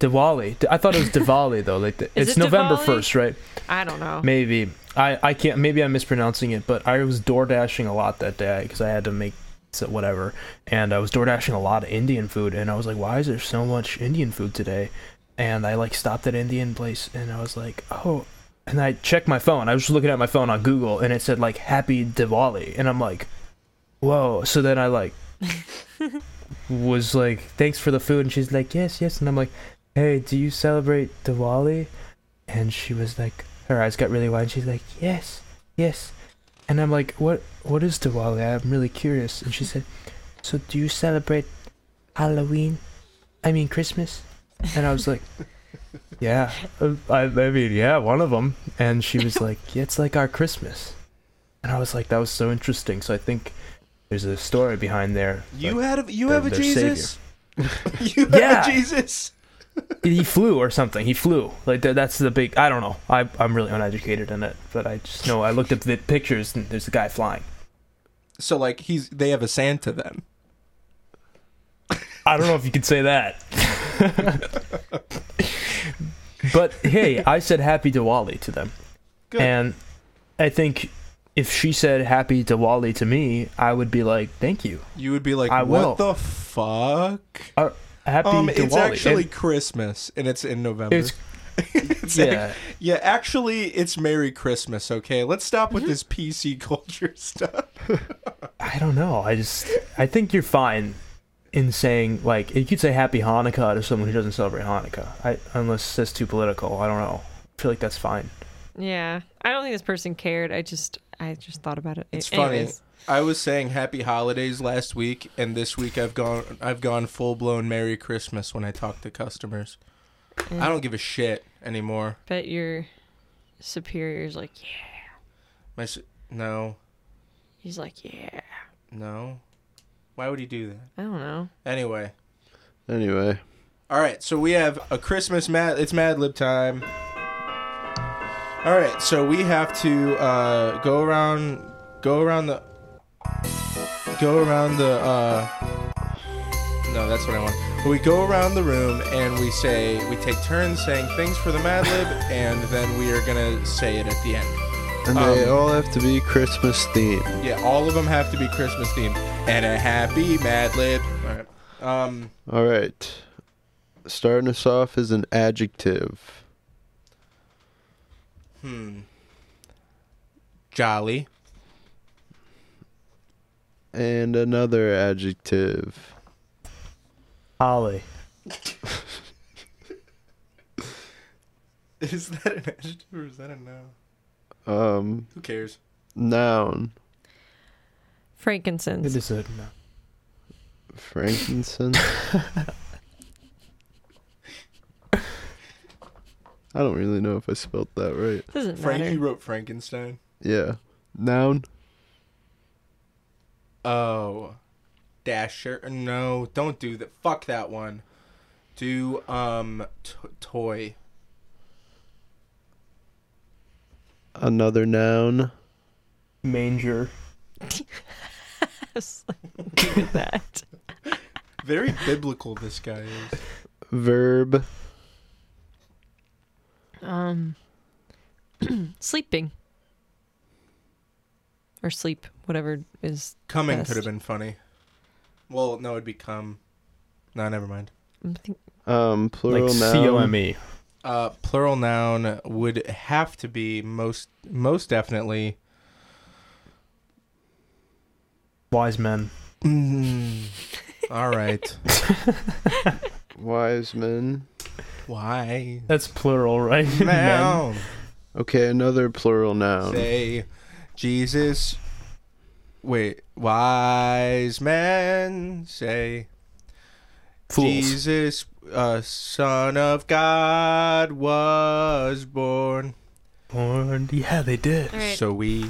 S5: Diwali. D- I thought it was Diwali though. Like the,
S4: Is
S5: it's
S4: it
S5: November
S4: Diwali? Oh.
S5: first, right?
S4: I don't know.
S5: Maybe I I can't. Maybe I'm mispronouncing it, but I was door dashing a lot that day because I had to make so whatever, and I was door dashing a lot of Indian food, and I was like, why is there so much Indian food today? And I like stopped at Indian place, and I was like, oh. And I checked my phone. I was just looking at my phone on Google, and it said like Happy Diwali, and I'm like, whoa. So then I like was like, thanks for the food, and she's like, yes, yes, and I'm like, hey, do you celebrate Diwali? And she was like, her eyes got really wide. And she's like, "Yes, yes." And I'm like, "What? What is Diwali?" I'm really curious. And she said, "So do you celebrate Halloween? I mean Christmas?" And I was like, "Yeah, Uh, I, I mean, yeah, one of them." And she was like, yeah, "It's like our Christmas." And I was like, "That was so interesting." So I think there's a story behind there.
S3: You
S5: Like,
S3: had a, you
S5: They're-
S3: have a
S5: they're savior.
S3: Jesus. you have
S5: Yeah.
S3: a Jesus.
S5: he flew or something. He flew. Like tha- that's the big. I don't know. I, I'm really uneducated in it, but I just know I looked up the pictures and there's a guy flying.
S3: So like he's they have a Santa then.
S5: I don't know if you could say that. but hey, I said happy Diwali to them.
S3: Good.
S5: And I think if she said happy Diwali to me, I would be like, thank you.
S3: You would be like,
S5: I will.
S3: what the fuck?
S5: Uh, happy
S3: Um,
S5: Diwali.
S3: it's actually
S5: And
S3: Christmas, and it's in November.
S5: it's,
S3: It's like,
S5: yeah.
S3: yeah, actually, it's Merry Christmas. Okay, let's stop with this PC culture stuff.
S5: I don't know. I just I think you're fine in saying like you could say happy Hanukkah to someone who doesn't celebrate Hanukkah. I unless that's too political. I don't know. I feel like that's fine.
S4: Yeah, I don't think this person cared. I just, I just thought about it.
S3: It's funny.
S4: Anyways,
S3: I was saying Happy Holidays last week, and this week I've gone I've gone full blown Merry Christmas when I talk to customers.
S5: Mm.
S3: I don't give a shit anymore.
S4: But your superior's like, yeah.
S3: My s- no,
S4: He's like, yeah.
S3: no. Why would he do that?
S4: I don't know.
S3: Anyway,
S2: Anyway,
S3: all right. So we have a Christmas mad. It's Mad Lib time. All right. So we have to uh, go around, go around the, go around the. Uh, no, that's what I want. We go around the room and we say we take turns saying things for the Mad Lib, and then we are gonna say it at the end.
S2: and they
S3: Um,
S2: all have to be Christmas themed.
S3: Yeah, all of them have to be Christmas themed. And a happy Mad Lib. All right. Um,
S2: All right, starting us off is an adjective.
S3: hmm. Jolly.
S2: And another adjective.
S5: Holly.
S3: Is that an adjective or is that a noun?
S2: Um,
S3: Who cares?
S2: noun.
S4: Frankincense.
S5: It is a
S2: Frankincense. I don't really know if I spelled that right.
S4: Doesn't
S3: Frankie
S4: matter.
S3: wrote Frankenstein.
S2: Yeah. Noun.
S3: Oh. Dasher. No, don't do that. Fuck that one. Do, um, t- toy.
S2: Another noun.
S5: manger.
S4: Look at that.
S3: Very biblical this guy is.
S2: Verb.
S4: Um, sleeping. Or sleep, whatever is.
S3: Coming
S4: Best.
S3: could have been funny. Well, no, it'd be come. No, never mind.
S4: I'm think-
S2: Um, plural
S5: Like C O
S2: noun.
S5: M E.
S3: Uh, plural noun would have to be most most definitely.
S5: Wise men.
S3: Mm, all right.
S2: Wise men.
S3: Why?
S5: That's plural, right? Men.
S3: Noun.
S2: Okay, another plural
S5: Um,
S2: noun.
S3: Say, Jesus. Wait, wise men say
S5: Fools.
S3: Jesus, uh, Son of God, was born.
S5: Born. Yeah, they did.
S4: All right.
S3: So we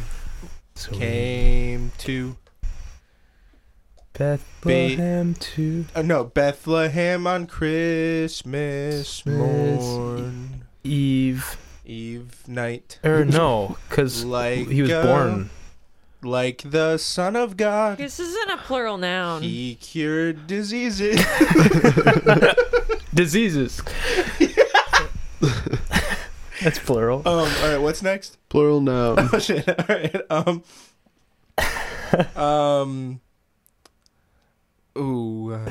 S5: So
S3: came to
S5: Bethlehem too.
S3: Uh, no, Bethlehem on Christmas morn,
S5: Eve.
S3: Eve night,
S5: Or no, because
S3: like
S5: he was
S3: uh,
S5: born.
S3: like the Son of God.
S4: This isn't a plural noun.
S3: He cured diseases.
S5: Diseases. That's plural.
S3: um, all right, what's next?
S2: Plural noun.
S3: Oh shit! All right. Um. Um. Ooh. uh,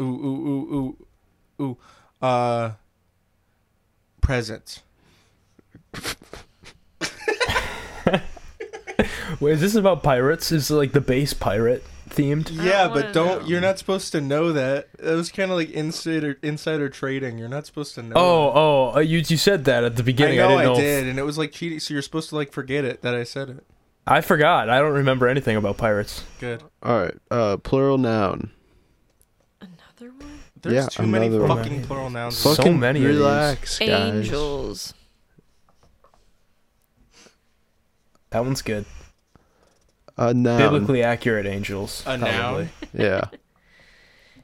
S3: Ooh. Ooh. Ooh. Ooh. Ooh. Uh. Presents.
S5: Wait, is this about pirates? Is it like the base pirate themed?
S3: Yeah,
S4: don't
S3: but
S4: wanna
S3: don't.
S4: know.
S3: You're not supposed to know that. That was kind of like insider insider trading. You're not supposed to know.
S5: Oh, oh, uh, you you said that at the
S3: that. I
S5: beginning. I,
S3: know I,
S5: didn't know. if-
S3: did, and it was like cheating. So you're supposed to like forget it that I said it.
S5: I forgot. I don't remember anything about pirates.
S3: Good.
S2: All right. Uh, plural noun.
S4: Another one?
S3: There's
S2: Yeah,
S3: too many
S2: another one.
S3: fucking plural nouns.
S5: So
S2: Fucking
S5: many of these.
S2: Relax, guys.
S4: Angels.
S5: That one's good.
S2: A
S3: Um,
S2: noun.
S5: Biblically accurate angels.
S3: A noun.
S2: Yeah.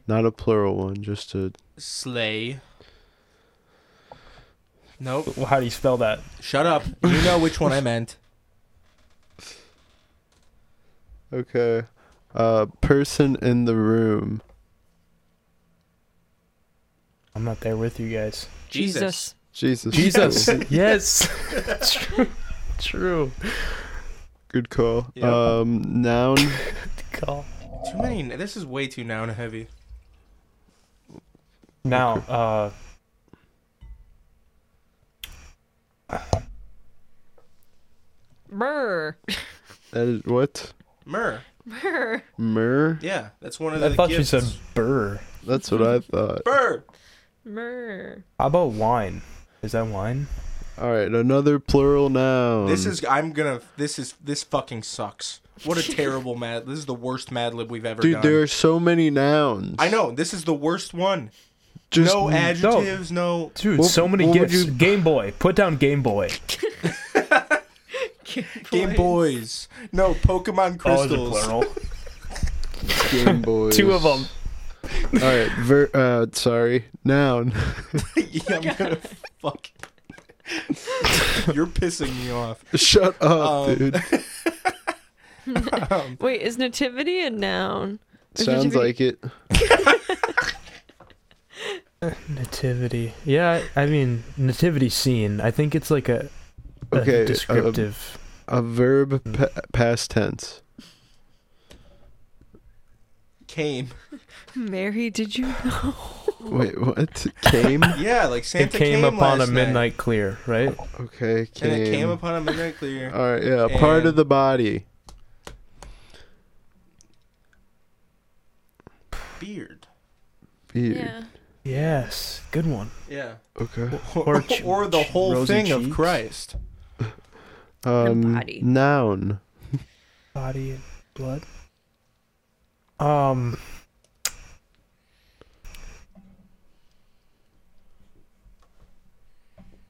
S2: Not a plural one, just a
S3: Slay. Nope.
S5: Well, how do you spell that?
S3: Shut up. You know which one I meant.
S2: okay. Uh, person in the room.
S5: I'm not there with you guys.
S4: Jesus.
S2: Jesus.
S5: Jesus.
S2: Cool.
S5: yes. It's true. True.
S2: Good call.
S3: Yeah.
S2: Um, noun.
S5: Call.
S3: Too many. This is way too noun heavy.
S5: Now, uh,
S4: Brr.
S2: That is what?
S3: Myrrh.
S4: Brr.
S2: Mer.
S3: Yeah, that's one of the.
S5: I thought you
S3: gifts.
S5: said burr.
S2: That's what I thought.
S3: Burr.
S4: Brr.
S5: How about wine? Is that wine?
S2: All right, another plural noun.
S3: This is. I'm gonna. This is. This fucking sucks. What a terrible mad. This is the worst Mad Lib we've ever
S2: Dude,
S3: done.
S2: there are so many nouns.
S3: I know. This is the worst one.
S2: Just
S3: no adjectives. No.
S5: Dude,
S2: What-
S5: so many
S2: what would
S5: gifts.
S2: you-
S5: Game Boy. Put down Game Boy. Oh,
S3: Game Boys. No Pokemon
S5: Oh,
S3: crystals.
S2: Game Boys.
S5: Two of them.
S2: All right, ver- uh, sorry, noun.
S3: yeah, I'm gonna fuck. You're pissing me off.
S2: Shut up,
S3: Um,
S2: dude.
S4: Wait, is nativity a noun? Is
S2: Sounds
S4: nativity-
S2: like it.
S5: Nativity. Yeah, I I mean nativity scene. I think it's like a, a
S2: Okay, uh,
S5: descriptive.
S2: A verb pa- past tense.
S3: Came.
S4: Mary, did you know?
S2: Wait, what? Came?
S3: Yeah, like
S5: it
S3: Santa
S5: came, upon a
S3: last night.
S5: midnight clear, right?
S2: Okay, came.
S3: And it came Uh, upon a midnight clear.
S2: All right, yeah, part of
S3: and-
S2: the body.
S3: Beard.
S2: Beard.
S5: Yes, good one.
S3: Yeah.
S2: Okay.
S5: Or ch-
S3: or the whole
S5: rosy
S3: thing of
S5: cheeks.
S3: Christ.
S2: Um,
S4: body.
S2: Noun.
S5: Body and blood. Um.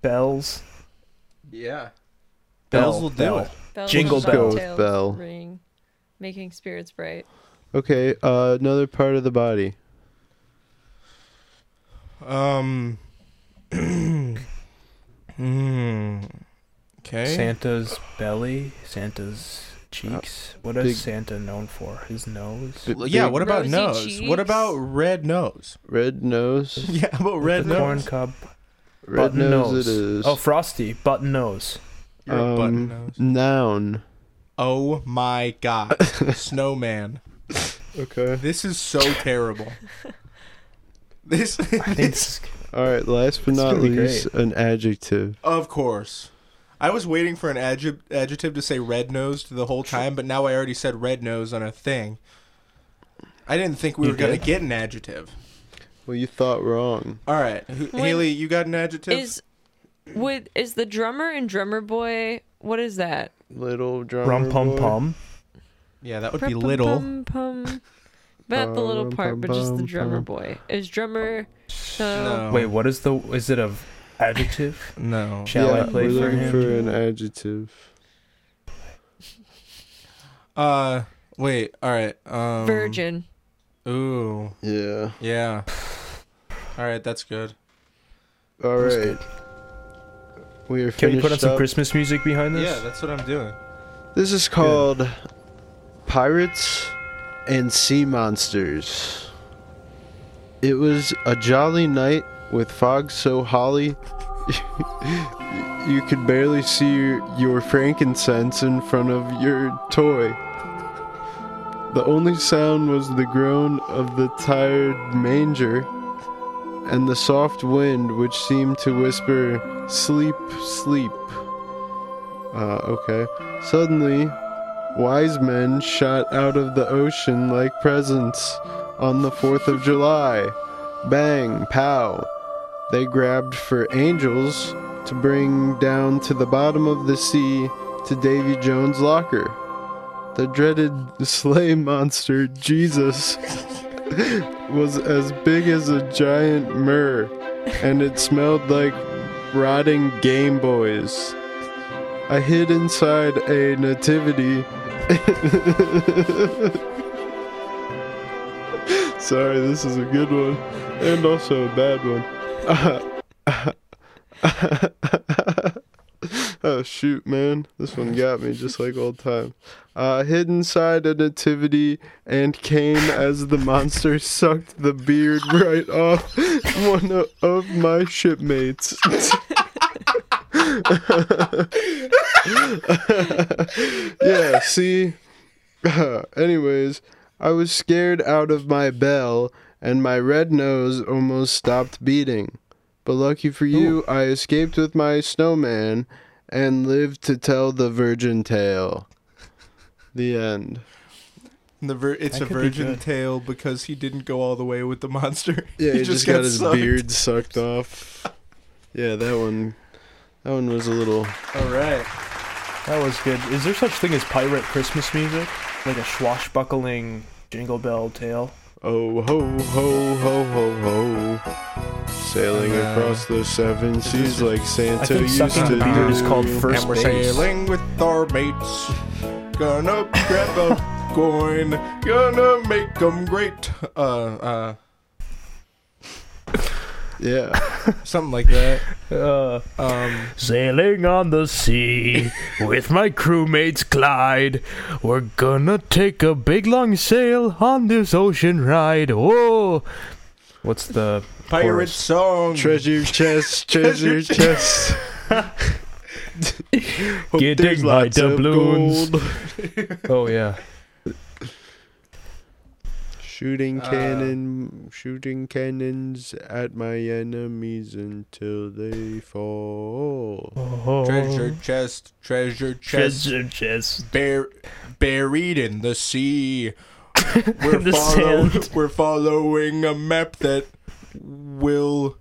S5: Bells.
S3: Yeah.
S5: Bell,
S3: Bells will do
S5: bell.
S3: it.
S4: Bells
S5: Jingle
S4: and
S5: bells.
S4: bobtails
S2: Bell.
S4: Ring, making spirits bright.
S2: Okay, uh, another part of the body.
S3: Um. mm. Okay.
S5: Santa's belly, Santa's cheeks. what is
S2: big-
S5: Santa known for? His nose.
S2: Big-
S3: Well, yeah.
S2: big
S3: What about
S4: Rosy
S3: nose? What
S4: cheeks.
S3: about red nose?
S2: Red nose.
S3: Yeah. About red
S5: the corn
S3: nose.
S5: cob.
S2: Red
S5: button
S2: nose,
S5: nose.
S2: it is.
S5: Oh, Frosty, button nose.
S3: You're a button
S2: Um,
S3: nose.
S2: Noun.
S3: Oh my God. Snowman.
S2: Okay.
S3: This is so terrible. This,
S5: I think this is
S2: All right, last but
S5: It's
S2: not
S5: gonna be
S2: least, an adjective.
S3: of course. I was waiting for an adjib- adjective to say red nosed the whole time, but now I already said red nose on a thing. I didn't think we
S5: You
S3: were going
S5: did?
S3: to get an adjective.
S2: Well, you thought wrong.
S3: All right. H-
S4: When-
S3: Haley, you got an adjective?
S4: Is would is the drummer and drummer boy? What is that?
S2: Little drummer.
S5: rum pum
S2: boy.
S5: pum.
S3: yeah, that would be little.
S4: Pum, pum, pum. Not the little
S2: Pum,
S4: part,
S2: pum,
S4: but just the
S2: pum,
S4: drummer
S2: pum.
S4: boy. Is drummer? So
S3: No.
S5: Wait, what is the? Is it a adjective?
S3: No.
S5: Shall I
S2: Oh. yeah,
S5: play
S2: we're
S5: for
S2: looking
S5: him?
S2: for an adjective.
S3: Uh, wait. All right. Um,
S4: virgin.
S3: Ooh.
S2: Yeah.
S3: Yeah. All right, that's good.
S2: All
S5: That's
S2: right. We are
S5: Can
S2: finished
S5: we put on some
S2: up.
S5: Christmas music behind this?
S3: Yeah, that's what I'm doing.
S2: This is called Pirates and Sea Monsters. It was a jolly night with fog so holly you could barely see your, your frankincense in front of your toy. The only sound was the groan of the tired manger and the soft wind which seemed to whisper, Sleep, sleep. Uh, okay. Suddenly, wise men shot out of the ocean like presents on the 4th of July. Bang, pow. They grabbed for angels to bring down to the bottom of the sea to Davy Jones' locker. The dreaded sleigh monster, Jesus, was as big as a giant myrrh, and it smelled like rotting Game Boys. I hid inside a nativity. Sorry, this is a good one, and also a bad one. oh shoot, man, this one got me just like old time. Uh, hid inside a nativity and came as the monster sucked the beard right off one o- of my shipmates. yeah, see? anyways, I was scared out of my bell, and my red nose almost stopped beating. But lucky for you, I escaped with my snowman and lived to tell the virgin tale. The end.
S3: The vir- it's
S5: That
S3: a
S5: could be
S3: virgin
S5: good.
S3: tale because he didn't go all the way with the monster.
S2: Yeah, he, just, got, his
S3: sucked.
S2: beard sucked off. Yeah, that one. That one was a little.
S3: All right.
S5: That was good. Is there such thing as pirate Christmas music? Like a swashbuckling jingle bell tale?
S2: Oh ho ho ho ho ho. Sailing
S3: Uh,
S2: across the seven seas like
S5: I
S2: Santa
S5: think
S2: used
S5: sucking
S2: to
S5: the beard is
S2: do.
S5: called first
S3: and we're
S5: base.
S3: sailing with our mates. Gonna grab a coin. Gonna make 'em great. Uh, uh,
S2: Yeah.
S3: something like that.
S5: Uh,
S3: Um,
S5: Sailing on the sea with my crewmates Clyde. We're gonna take a big long sail on this ocean ride. Whoa! What's the
S3: pirate
S5: Chorus.
S3: song.
S2: Treasure chest, treasure chest. Hope
S5: Getting
S2: there's
S5: my
S2: lots of
S5: doubloons.
S2: gold.
S5: Oh yeah.
S2: Shooting
S3: Uh,
S2: cannon, shooting cannons at my enemies until they fall.
S3: Treasure chest. Treasure chest.
S5: Oh. Treasure chest.
S3: Bur- buried in the sea. We're,
S5: In the
S3: follow-
S5: sand.
S3: we're following a map that will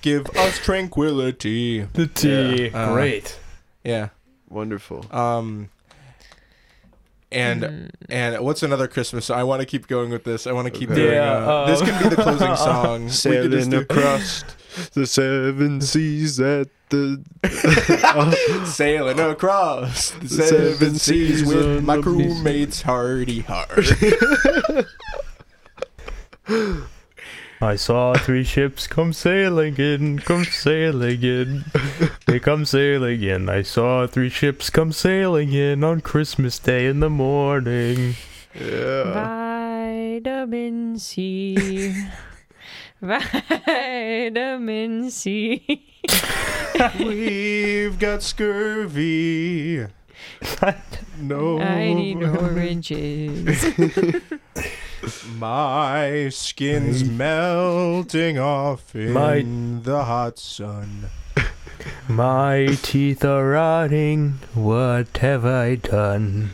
S3: give us tranquility.
S5: The tea.
S3: Yeah. Uh,
S5: Great.
S3: Yeah.
S2: Wonderful.
S3: Um. And uh,
S4: Hmm.
S3: and what's another Christmas? song? I want to keep going with this. I want to keep
S2: Okay.
S3: doing.
S5: Yeah,
S3: uh, this
S5: um,
S3: can be the closing song. We could just
S2: Sailing
S3: do-
S2: across the seven seas at the
S3: sailing across the
S2: seven
S3: seven seas
S2: seas
S3: with
S2: on
S3: my
S2: the-
S3: crewmates, hardy hard.
S5: I saw three ships come sailing in, come sailing in. They come sailing in. I saw three ships come sailing in on Christmas Day in the morning.
S2: yeah.
S4: Vitamin C. Vitamin C.
S3: We've got scurvy. No,
S4: I need oranges.
S3: my skin's melting off in
S5: My-
S3: the hot sun.
S5: My teeth are rotting. What have I done?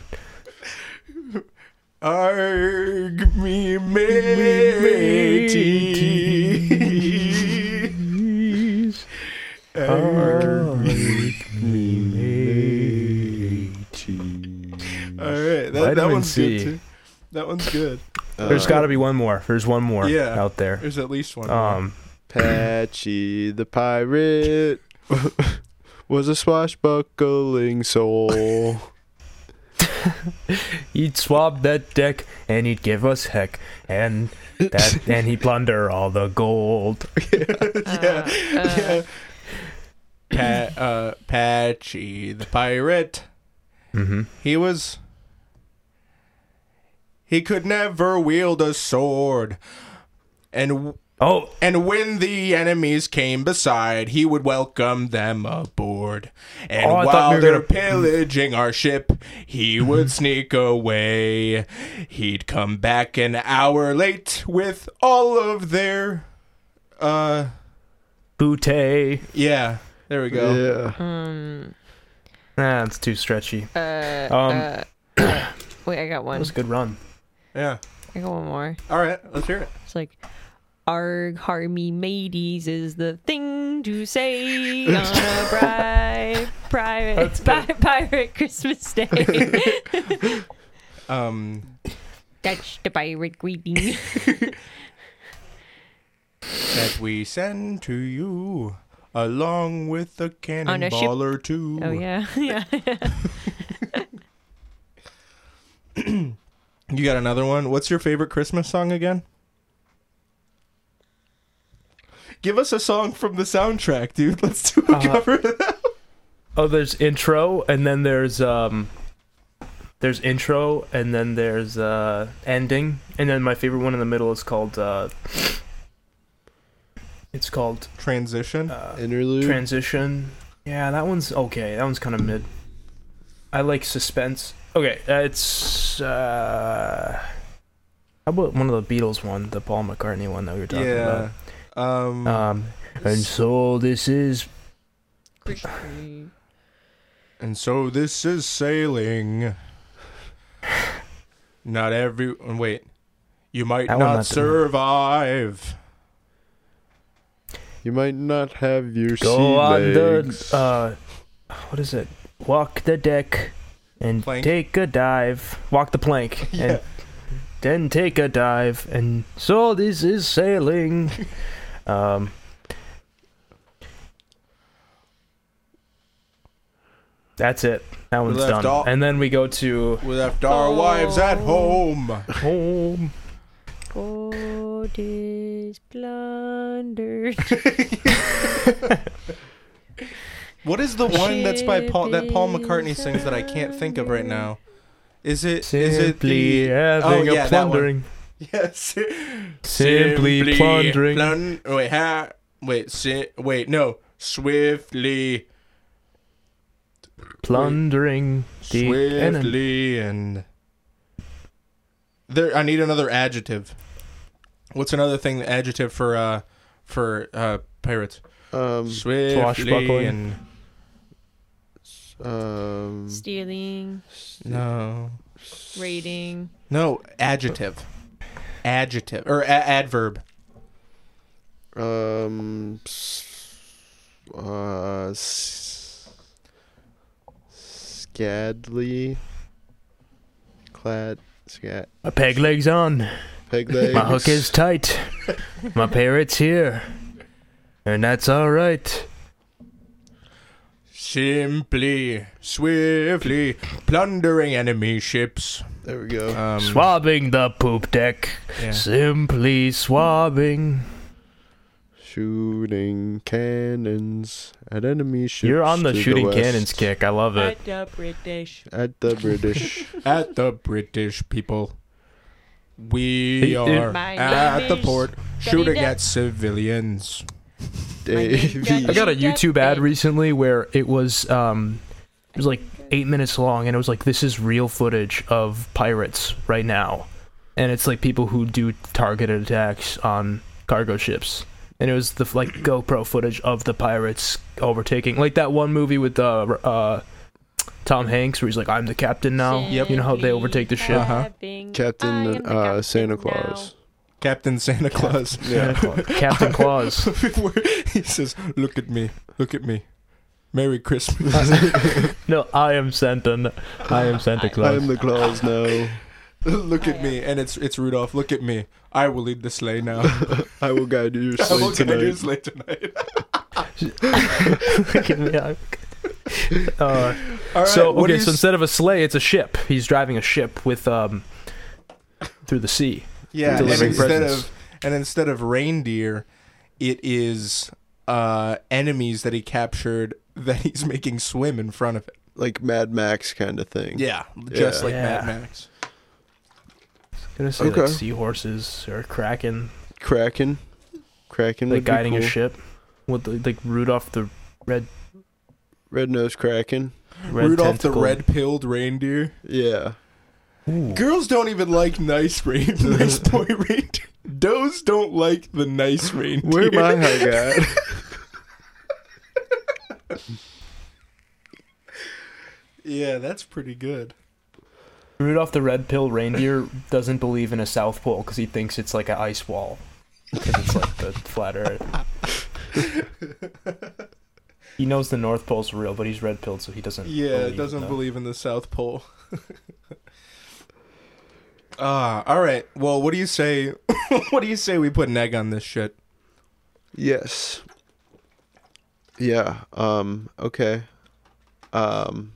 S3: Arg me
S2: Uh,
S3: matey.
S5: Mateys,
S3: Arg.
S5: arg me mateys.
S3: All right, that, that
S5: Vitamin
S3: one's
S5: C.
S3: good too. That one's good.
S5: There's got to be one more. There's one more
S3: Yeah.
S5: out there.
S3: There's at least one. more.
S5: Um,
S2: Patchy the pirate was a swashbuckling soul.
S5: he'd swab that deck and he'd give us heck, and that and he'd plunder all the gold.
S4: Uh, uh,
S3: Pa- uh, Patchy the pirate.
S5: Mm-hmm.
S3: He was. He could never wield a sword, and
S5: Oh,
S3: and when the enemies came beside, he would welcome them aboard. And
S5: Oh, I thought
S3: while
S5: we were
S3: they're
S5: gonna-
S3: pillaging our ship, he would sneak away. He'd come back an hour late with all of their, uh,
S5: bootay.
S3: yeah. There we go.
S2: Yeah.
S4: um,
S5: Nah, it's too stretchy.
S4: uh, uh, uh, wait, I got
S5: That
S4: one.
S5: was a Oh, good run.
S3: Yeah.
S4: I got one more.
S3: All right. Let's hear it.
S4: It's like, arg harmy mateys is the thing to say on a pri- private pi- pirate Christmas day.
S3: Um,
S4: That's the pirate greeting.
S3: that we send to you along with a
S4: ship.
S3: cannonball or two.
S4: Oh yeah, yeah.
S3: You got another one? What's your favorite Christmas song again? Give us a song from the soundtrack, dude. Let's do a
S5: Uh,
S3: cover of that.
S5: Oh, there's intro, and then there's um, there's intro, and then there's uh, ending, and then my favorite one in the middle is called uh, it's called
S3: Transition.
S5: uh,
S2: Interlude.
S5: transition. Yeah, that one's okay. That one's kind of mid. I like suspense. Okay, uh, it's uh, how about one of the Beatles one, the Paul McCartney one that we were talking
S3: yeah. Um,
S5: about. Um, and so this is
S3: and so this is sailing. Not every. Wait. You might
S5: That
S3: not,
S5: one not the-
S3: survive.
S2: You might not have your sea
S5: Go on
S2: legs.
S5: the uh, what is it? Walk the deck and
S3: Plank.
S5: take a dive. Walk the plank and then take a dive. And so this is sailing. um, that's it. That one's
S3: left
S5: done.
S3: all-
S5: and then we go to
S3: We left our wives at home.
S5: home.
S4: Gold is plundered.
S3: What is the one that's by Paul that Paul
S4: Shipping
S3: McCartney sings that I can't think of right now? Is it? Is it
S5: Simply
S3: the?
S5: having
S3: oh, yeah,
S5: a
S3: that one.
S5: plundering.
S3: Yes.
S5: Simply, plundering.
S3: Plun- wait, ha- wait, si- wait, no. Swiftly,
S5: plundering. The enemy.
S3: swiftly, and there. I need another adjective. What's another thing? Adjective for uh for uh pirates.
S2: um,
S3: Swiftly
S5: Mm. swashbuckling.
S3: and
S2: um,
S4: Stealing,
S3: no,
S4: raiding.
S3: no adjective, adjective or a- adverb.
S2: um, s- uh, s- scadly, clad, scat,
S5: My peg legs on.
S2: peg legs.
S5: My hook is tight. My parrot's here. And that's alright.
S3: Simply, swiftly, plundering enemy ships.
S2: There we go.
S3: Um,
S5: Swabbing the poop deck.
S3: yeah.
S5: Simply swabbing.
S2: shooting cannons at enemy ships.
S5: You're on the
S2: to
S5: shooting
S2: west.
S5: cannons kick. I love it.
S4: At the British.
S2: At the British.
S3: at the British people. We
S5: Hey,
S3: are
S5: dude.
S4: My
S3: at
S4: name
S3: the
S4: is
S3: port shooting
S4: Daddy
S3: at civilians.
S5: I
S2: Davy.
S5: got a YouTube ad recently where it was um it was like eight minutes long and it was like this is real footage of pirates right now. And it's like people who do targeted attacks on cargo ships. And it was the like GoPro footage of the pirates overtaking like that one movie with uh uh Tom Hanks where he's like I'm the captain now.
S3: Yep.
S5: You know how they overtake the
S4: Oh,
S5: ship.
S3: Uh-huh.
S2: Captain uh, Santa Claus.
S3: Captain Santa Claus.
S2: Yeah.
S5: captain Claus.
S3: he says, "Look at me, look at me." Merry Christmas.
S5: No, I am Santa. I am Santa Claus.
S2: I'm the Claus now.
S3: look at me, and it's it's Rudolph. Look at me. I will lead the sleigh now.
S2: I will guide your
S3: I will
S2: sleigh
S3: guide your
S2: tonight.
S3: sleigh tonight.
S5: Give me a- uh, All right, so
S2: what
S5: okay,
S2: is-
S5: so instead of a sleigh, it's a ship. He's driving a ship with um through the sea.
S3: Yeah, and
S5: Delivering
S3: instead
S5: presents.
S3: of and instead of reindeer, it is uh, enemies that he captured that he's making swim in front of it.
S2: like Mad Max kind of thing.
S3: Yeah, just
S2: Yeah.
S3: like Mad
S5: Yeah.
S3: Max.
S5: Gonna say
S2: Okay.
S5: like seahorses or kraken,
S2: Kraken, Kraken,
S5: like
S2: would be
S5: guiding a
S2: cool.
S5: ship with like, like Rudolph the red
S2: Red nosed Kraken.
S5: red
S3: Rudolph
S5: tentacle.
S3: the red-pilled reindeer.
S2: Yeah,
S3: Girls don't even like nice rain, nice boy reindeer. Does don't like the nice reindeer.
S2: where Oh, my hug at?
S3: Yeah, that's pretty good.
S5: Rudolph the red pill reindeer doesn't believe in a south pole because he thinks it's like an ice wall because it's like the flat earth. he knows the north pole's real, but he's red pilled, so he doesn't.
S3: Yeah,
S5: believe
S3: it doesn't
S5: in them.
S3: believe in the South Pole. Ah, all right. Well, what do you say? what do you say we put an egg on this shit?
S2: yes. Yeah. Um. Okay. Um.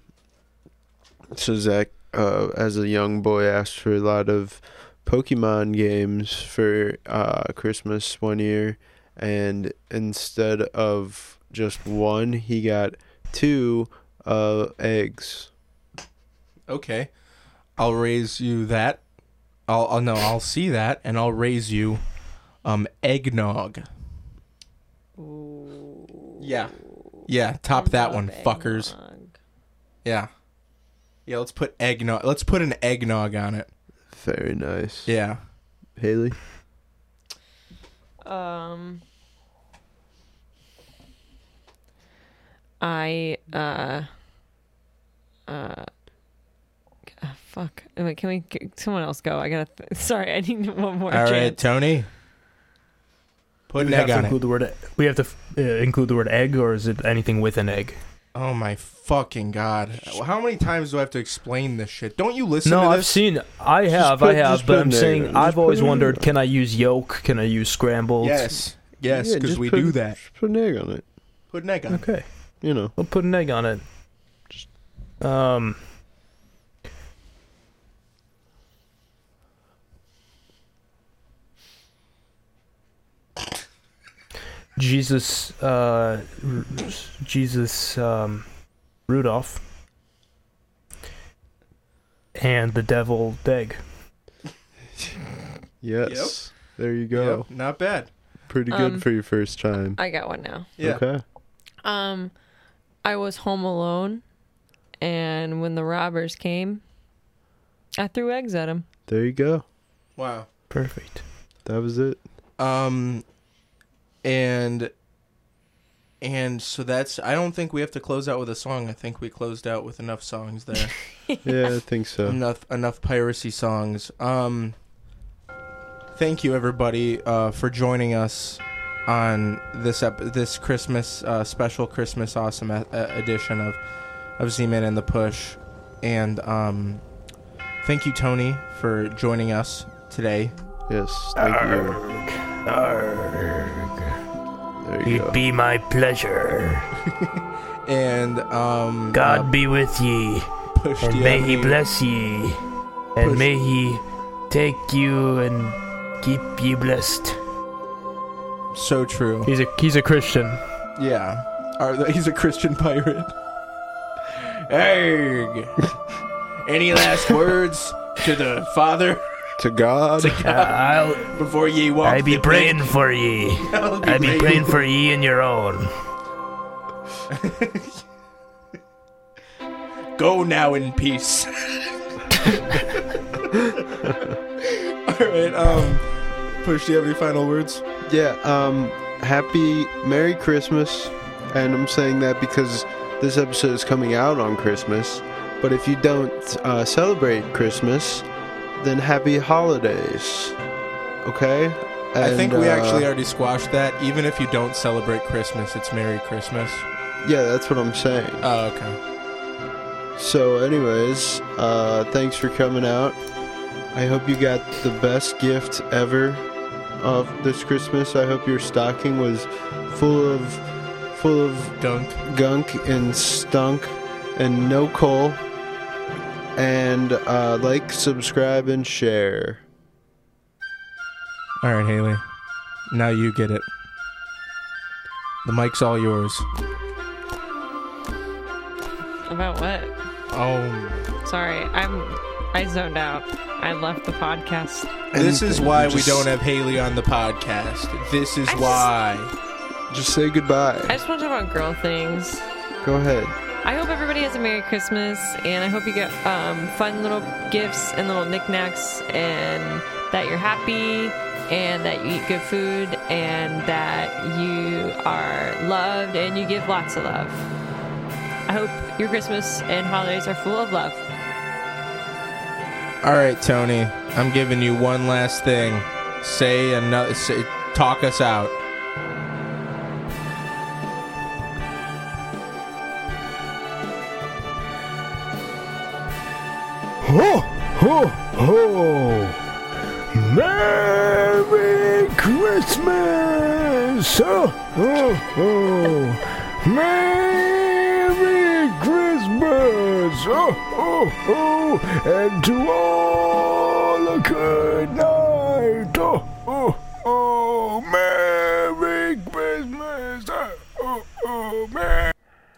S2: So Zach, uh, as a young boy, asked for a lot of Pokemon games for uh, Christmas one year, and instead of just one, he got two uh, eggs.
S3: Okay, I'll raise you that. I'll, I'll no, I'll see that, and I'll raise you, um, eggnog. Yeah. Yeah, top that one, fuckers. Yeah. Yeah, let's put eggnog. Let's put an eggnog on it.
S2: Very nice.
S3: Yeah.
S2: Haley.
S4: Um, I uh, uh, g- uh, fuck. Wait, can we? Can someone else go? I gotta. Th- Sorry, I need one more
S3: All right,
S4: chance.
S3: Tony. Put
S5: We
S3: an
S5: have
S3: egg
S5: to
S3: on
S5: include
S3: it.
S5: the word. We have to uh, include the word egg, or is it anything with an egg?
S3: Oh my fucking god! How many times do I have to explain this shit? Don't you listen
S5: no,
S3: to
S5: I've
S3: this?
S5: seen. I have.
S2: put-
S5: I have.
S2: just
S5: But
S2: put
S5: I'm
S2: an egg
S5: saying
S2: in it. Just
S5: I've
S2: put
S5: always
S2: an egg
S5: wondered:
S2: in it.
S5: can I use yolk? Can I use scrambled?
S3: yes, yes,
S2: Yeah,
S3: because
S2: just
S3: we
S2: put-
S3: do that.
S2: Just put an egg on it.
S3: Put an egg on. it.
S5: Okay,
S2: You know.
S5: we'll put an egg on it. Um. Jesus, uh, R- Jesus, um, Rudolph, and the devil Deg.
S2: Yes. There you go.
S3: Yep, not bad.
S2: Pretty good
S4: Um,
S2: for your first time.
S4: I got one now.
S3: Yeah.
S2: Okay.
S4: Um, I was home alone, and when the robbers came, I threw eggs at them.
S2: There you go.
S3: Wow.
S5: Perfect.
S2: That was it.
S3: Um, and and so that's. I don't think we have to close out with a song. I think we closed out with enough songs there.
S2: Yeah, I think so.
S3: enough enough piracy songs. Um, thank you everybody uh, for joining us on this ep- this Christmas uh, special Christmas awesome e- uh, edition of of Z-Man and the Push, and um, thank you Tony for joining us today.
S2: Yes. Thank you. There you go.
S5: be my pleasure.
S3: And um, uh,
S5: be with ye.
S3: push. do
S5: And
S3: you
S5: may
S3: have
S5: he
S3: any-
S5: bless ye, and
S3: Push.
S5: may he take you and keep ye blessed.
S3: So true.
S5: He's a he's a Christian.
S3: Yeah, Are- he's a Christian pirate. Erg. Any last words to the father?
S2: To God.
S5: Uh, I'll
S3: before ye walk.
S5: I be
S3: the
S5: praying for ye.
S3: plank, I'll
S5: I be praying for ye and your own.
S3: Go now in peace. All right. Um, push. Do you have any final words?
S2: Yeah. Um. Happy Merry Christmas. And I'm saying that because this episode is coming out on Christmas. But if you don't uh, celebrate Christmas, then Happy Holidays. Okay.
S3: I think
S2: And,
S3: we
S2: uh,
S3: actually already squashed that. Even if you don't celebrate Christmas, it's Merry Christmas.
S2: Yeah, that's what I'm saying.
S3: Oh, okay.
S2: So, anyways, uh, thanks for coming out. I hope you got the best gift ever of this Christmas. I hope your stocking was full of full of
S3: Dunk.
S2: gunk and stunk and no coal. And uh, like, subscribe, and share.
S3: All right, Haley. Now you get it. The mic's all yours.
S4: About what?
S3: Oh,
S4: Sorry, I'm I zoned out. I left the podcast.
S3: this is why we
S2: Just-
S3: don't have Haley on the podcast. This is
S4: I just-
S3: why.
S2: Just say goodbye.
S4: I just want to talk about girl things.
S2: Go ahead.
S4: I hope everybody has a Merry Christmas, and I hope you get um, fun little gifts and little knickknacks, and that you're happy, and that you eat good food, and that you are loved, and you give lots of love. I hope your Christmas and holidays are full of love.
S3: All right, Tony. I'm giving you one last thing. Say another. Say, talk us out.
S1: Ho, ho, ho! Merry Christmas! Oh, Ho, ho, ho! Merry Christmas! Ho, ho, ho! And to Oh, all a good night! Ho, ho, ho! Merry Oh,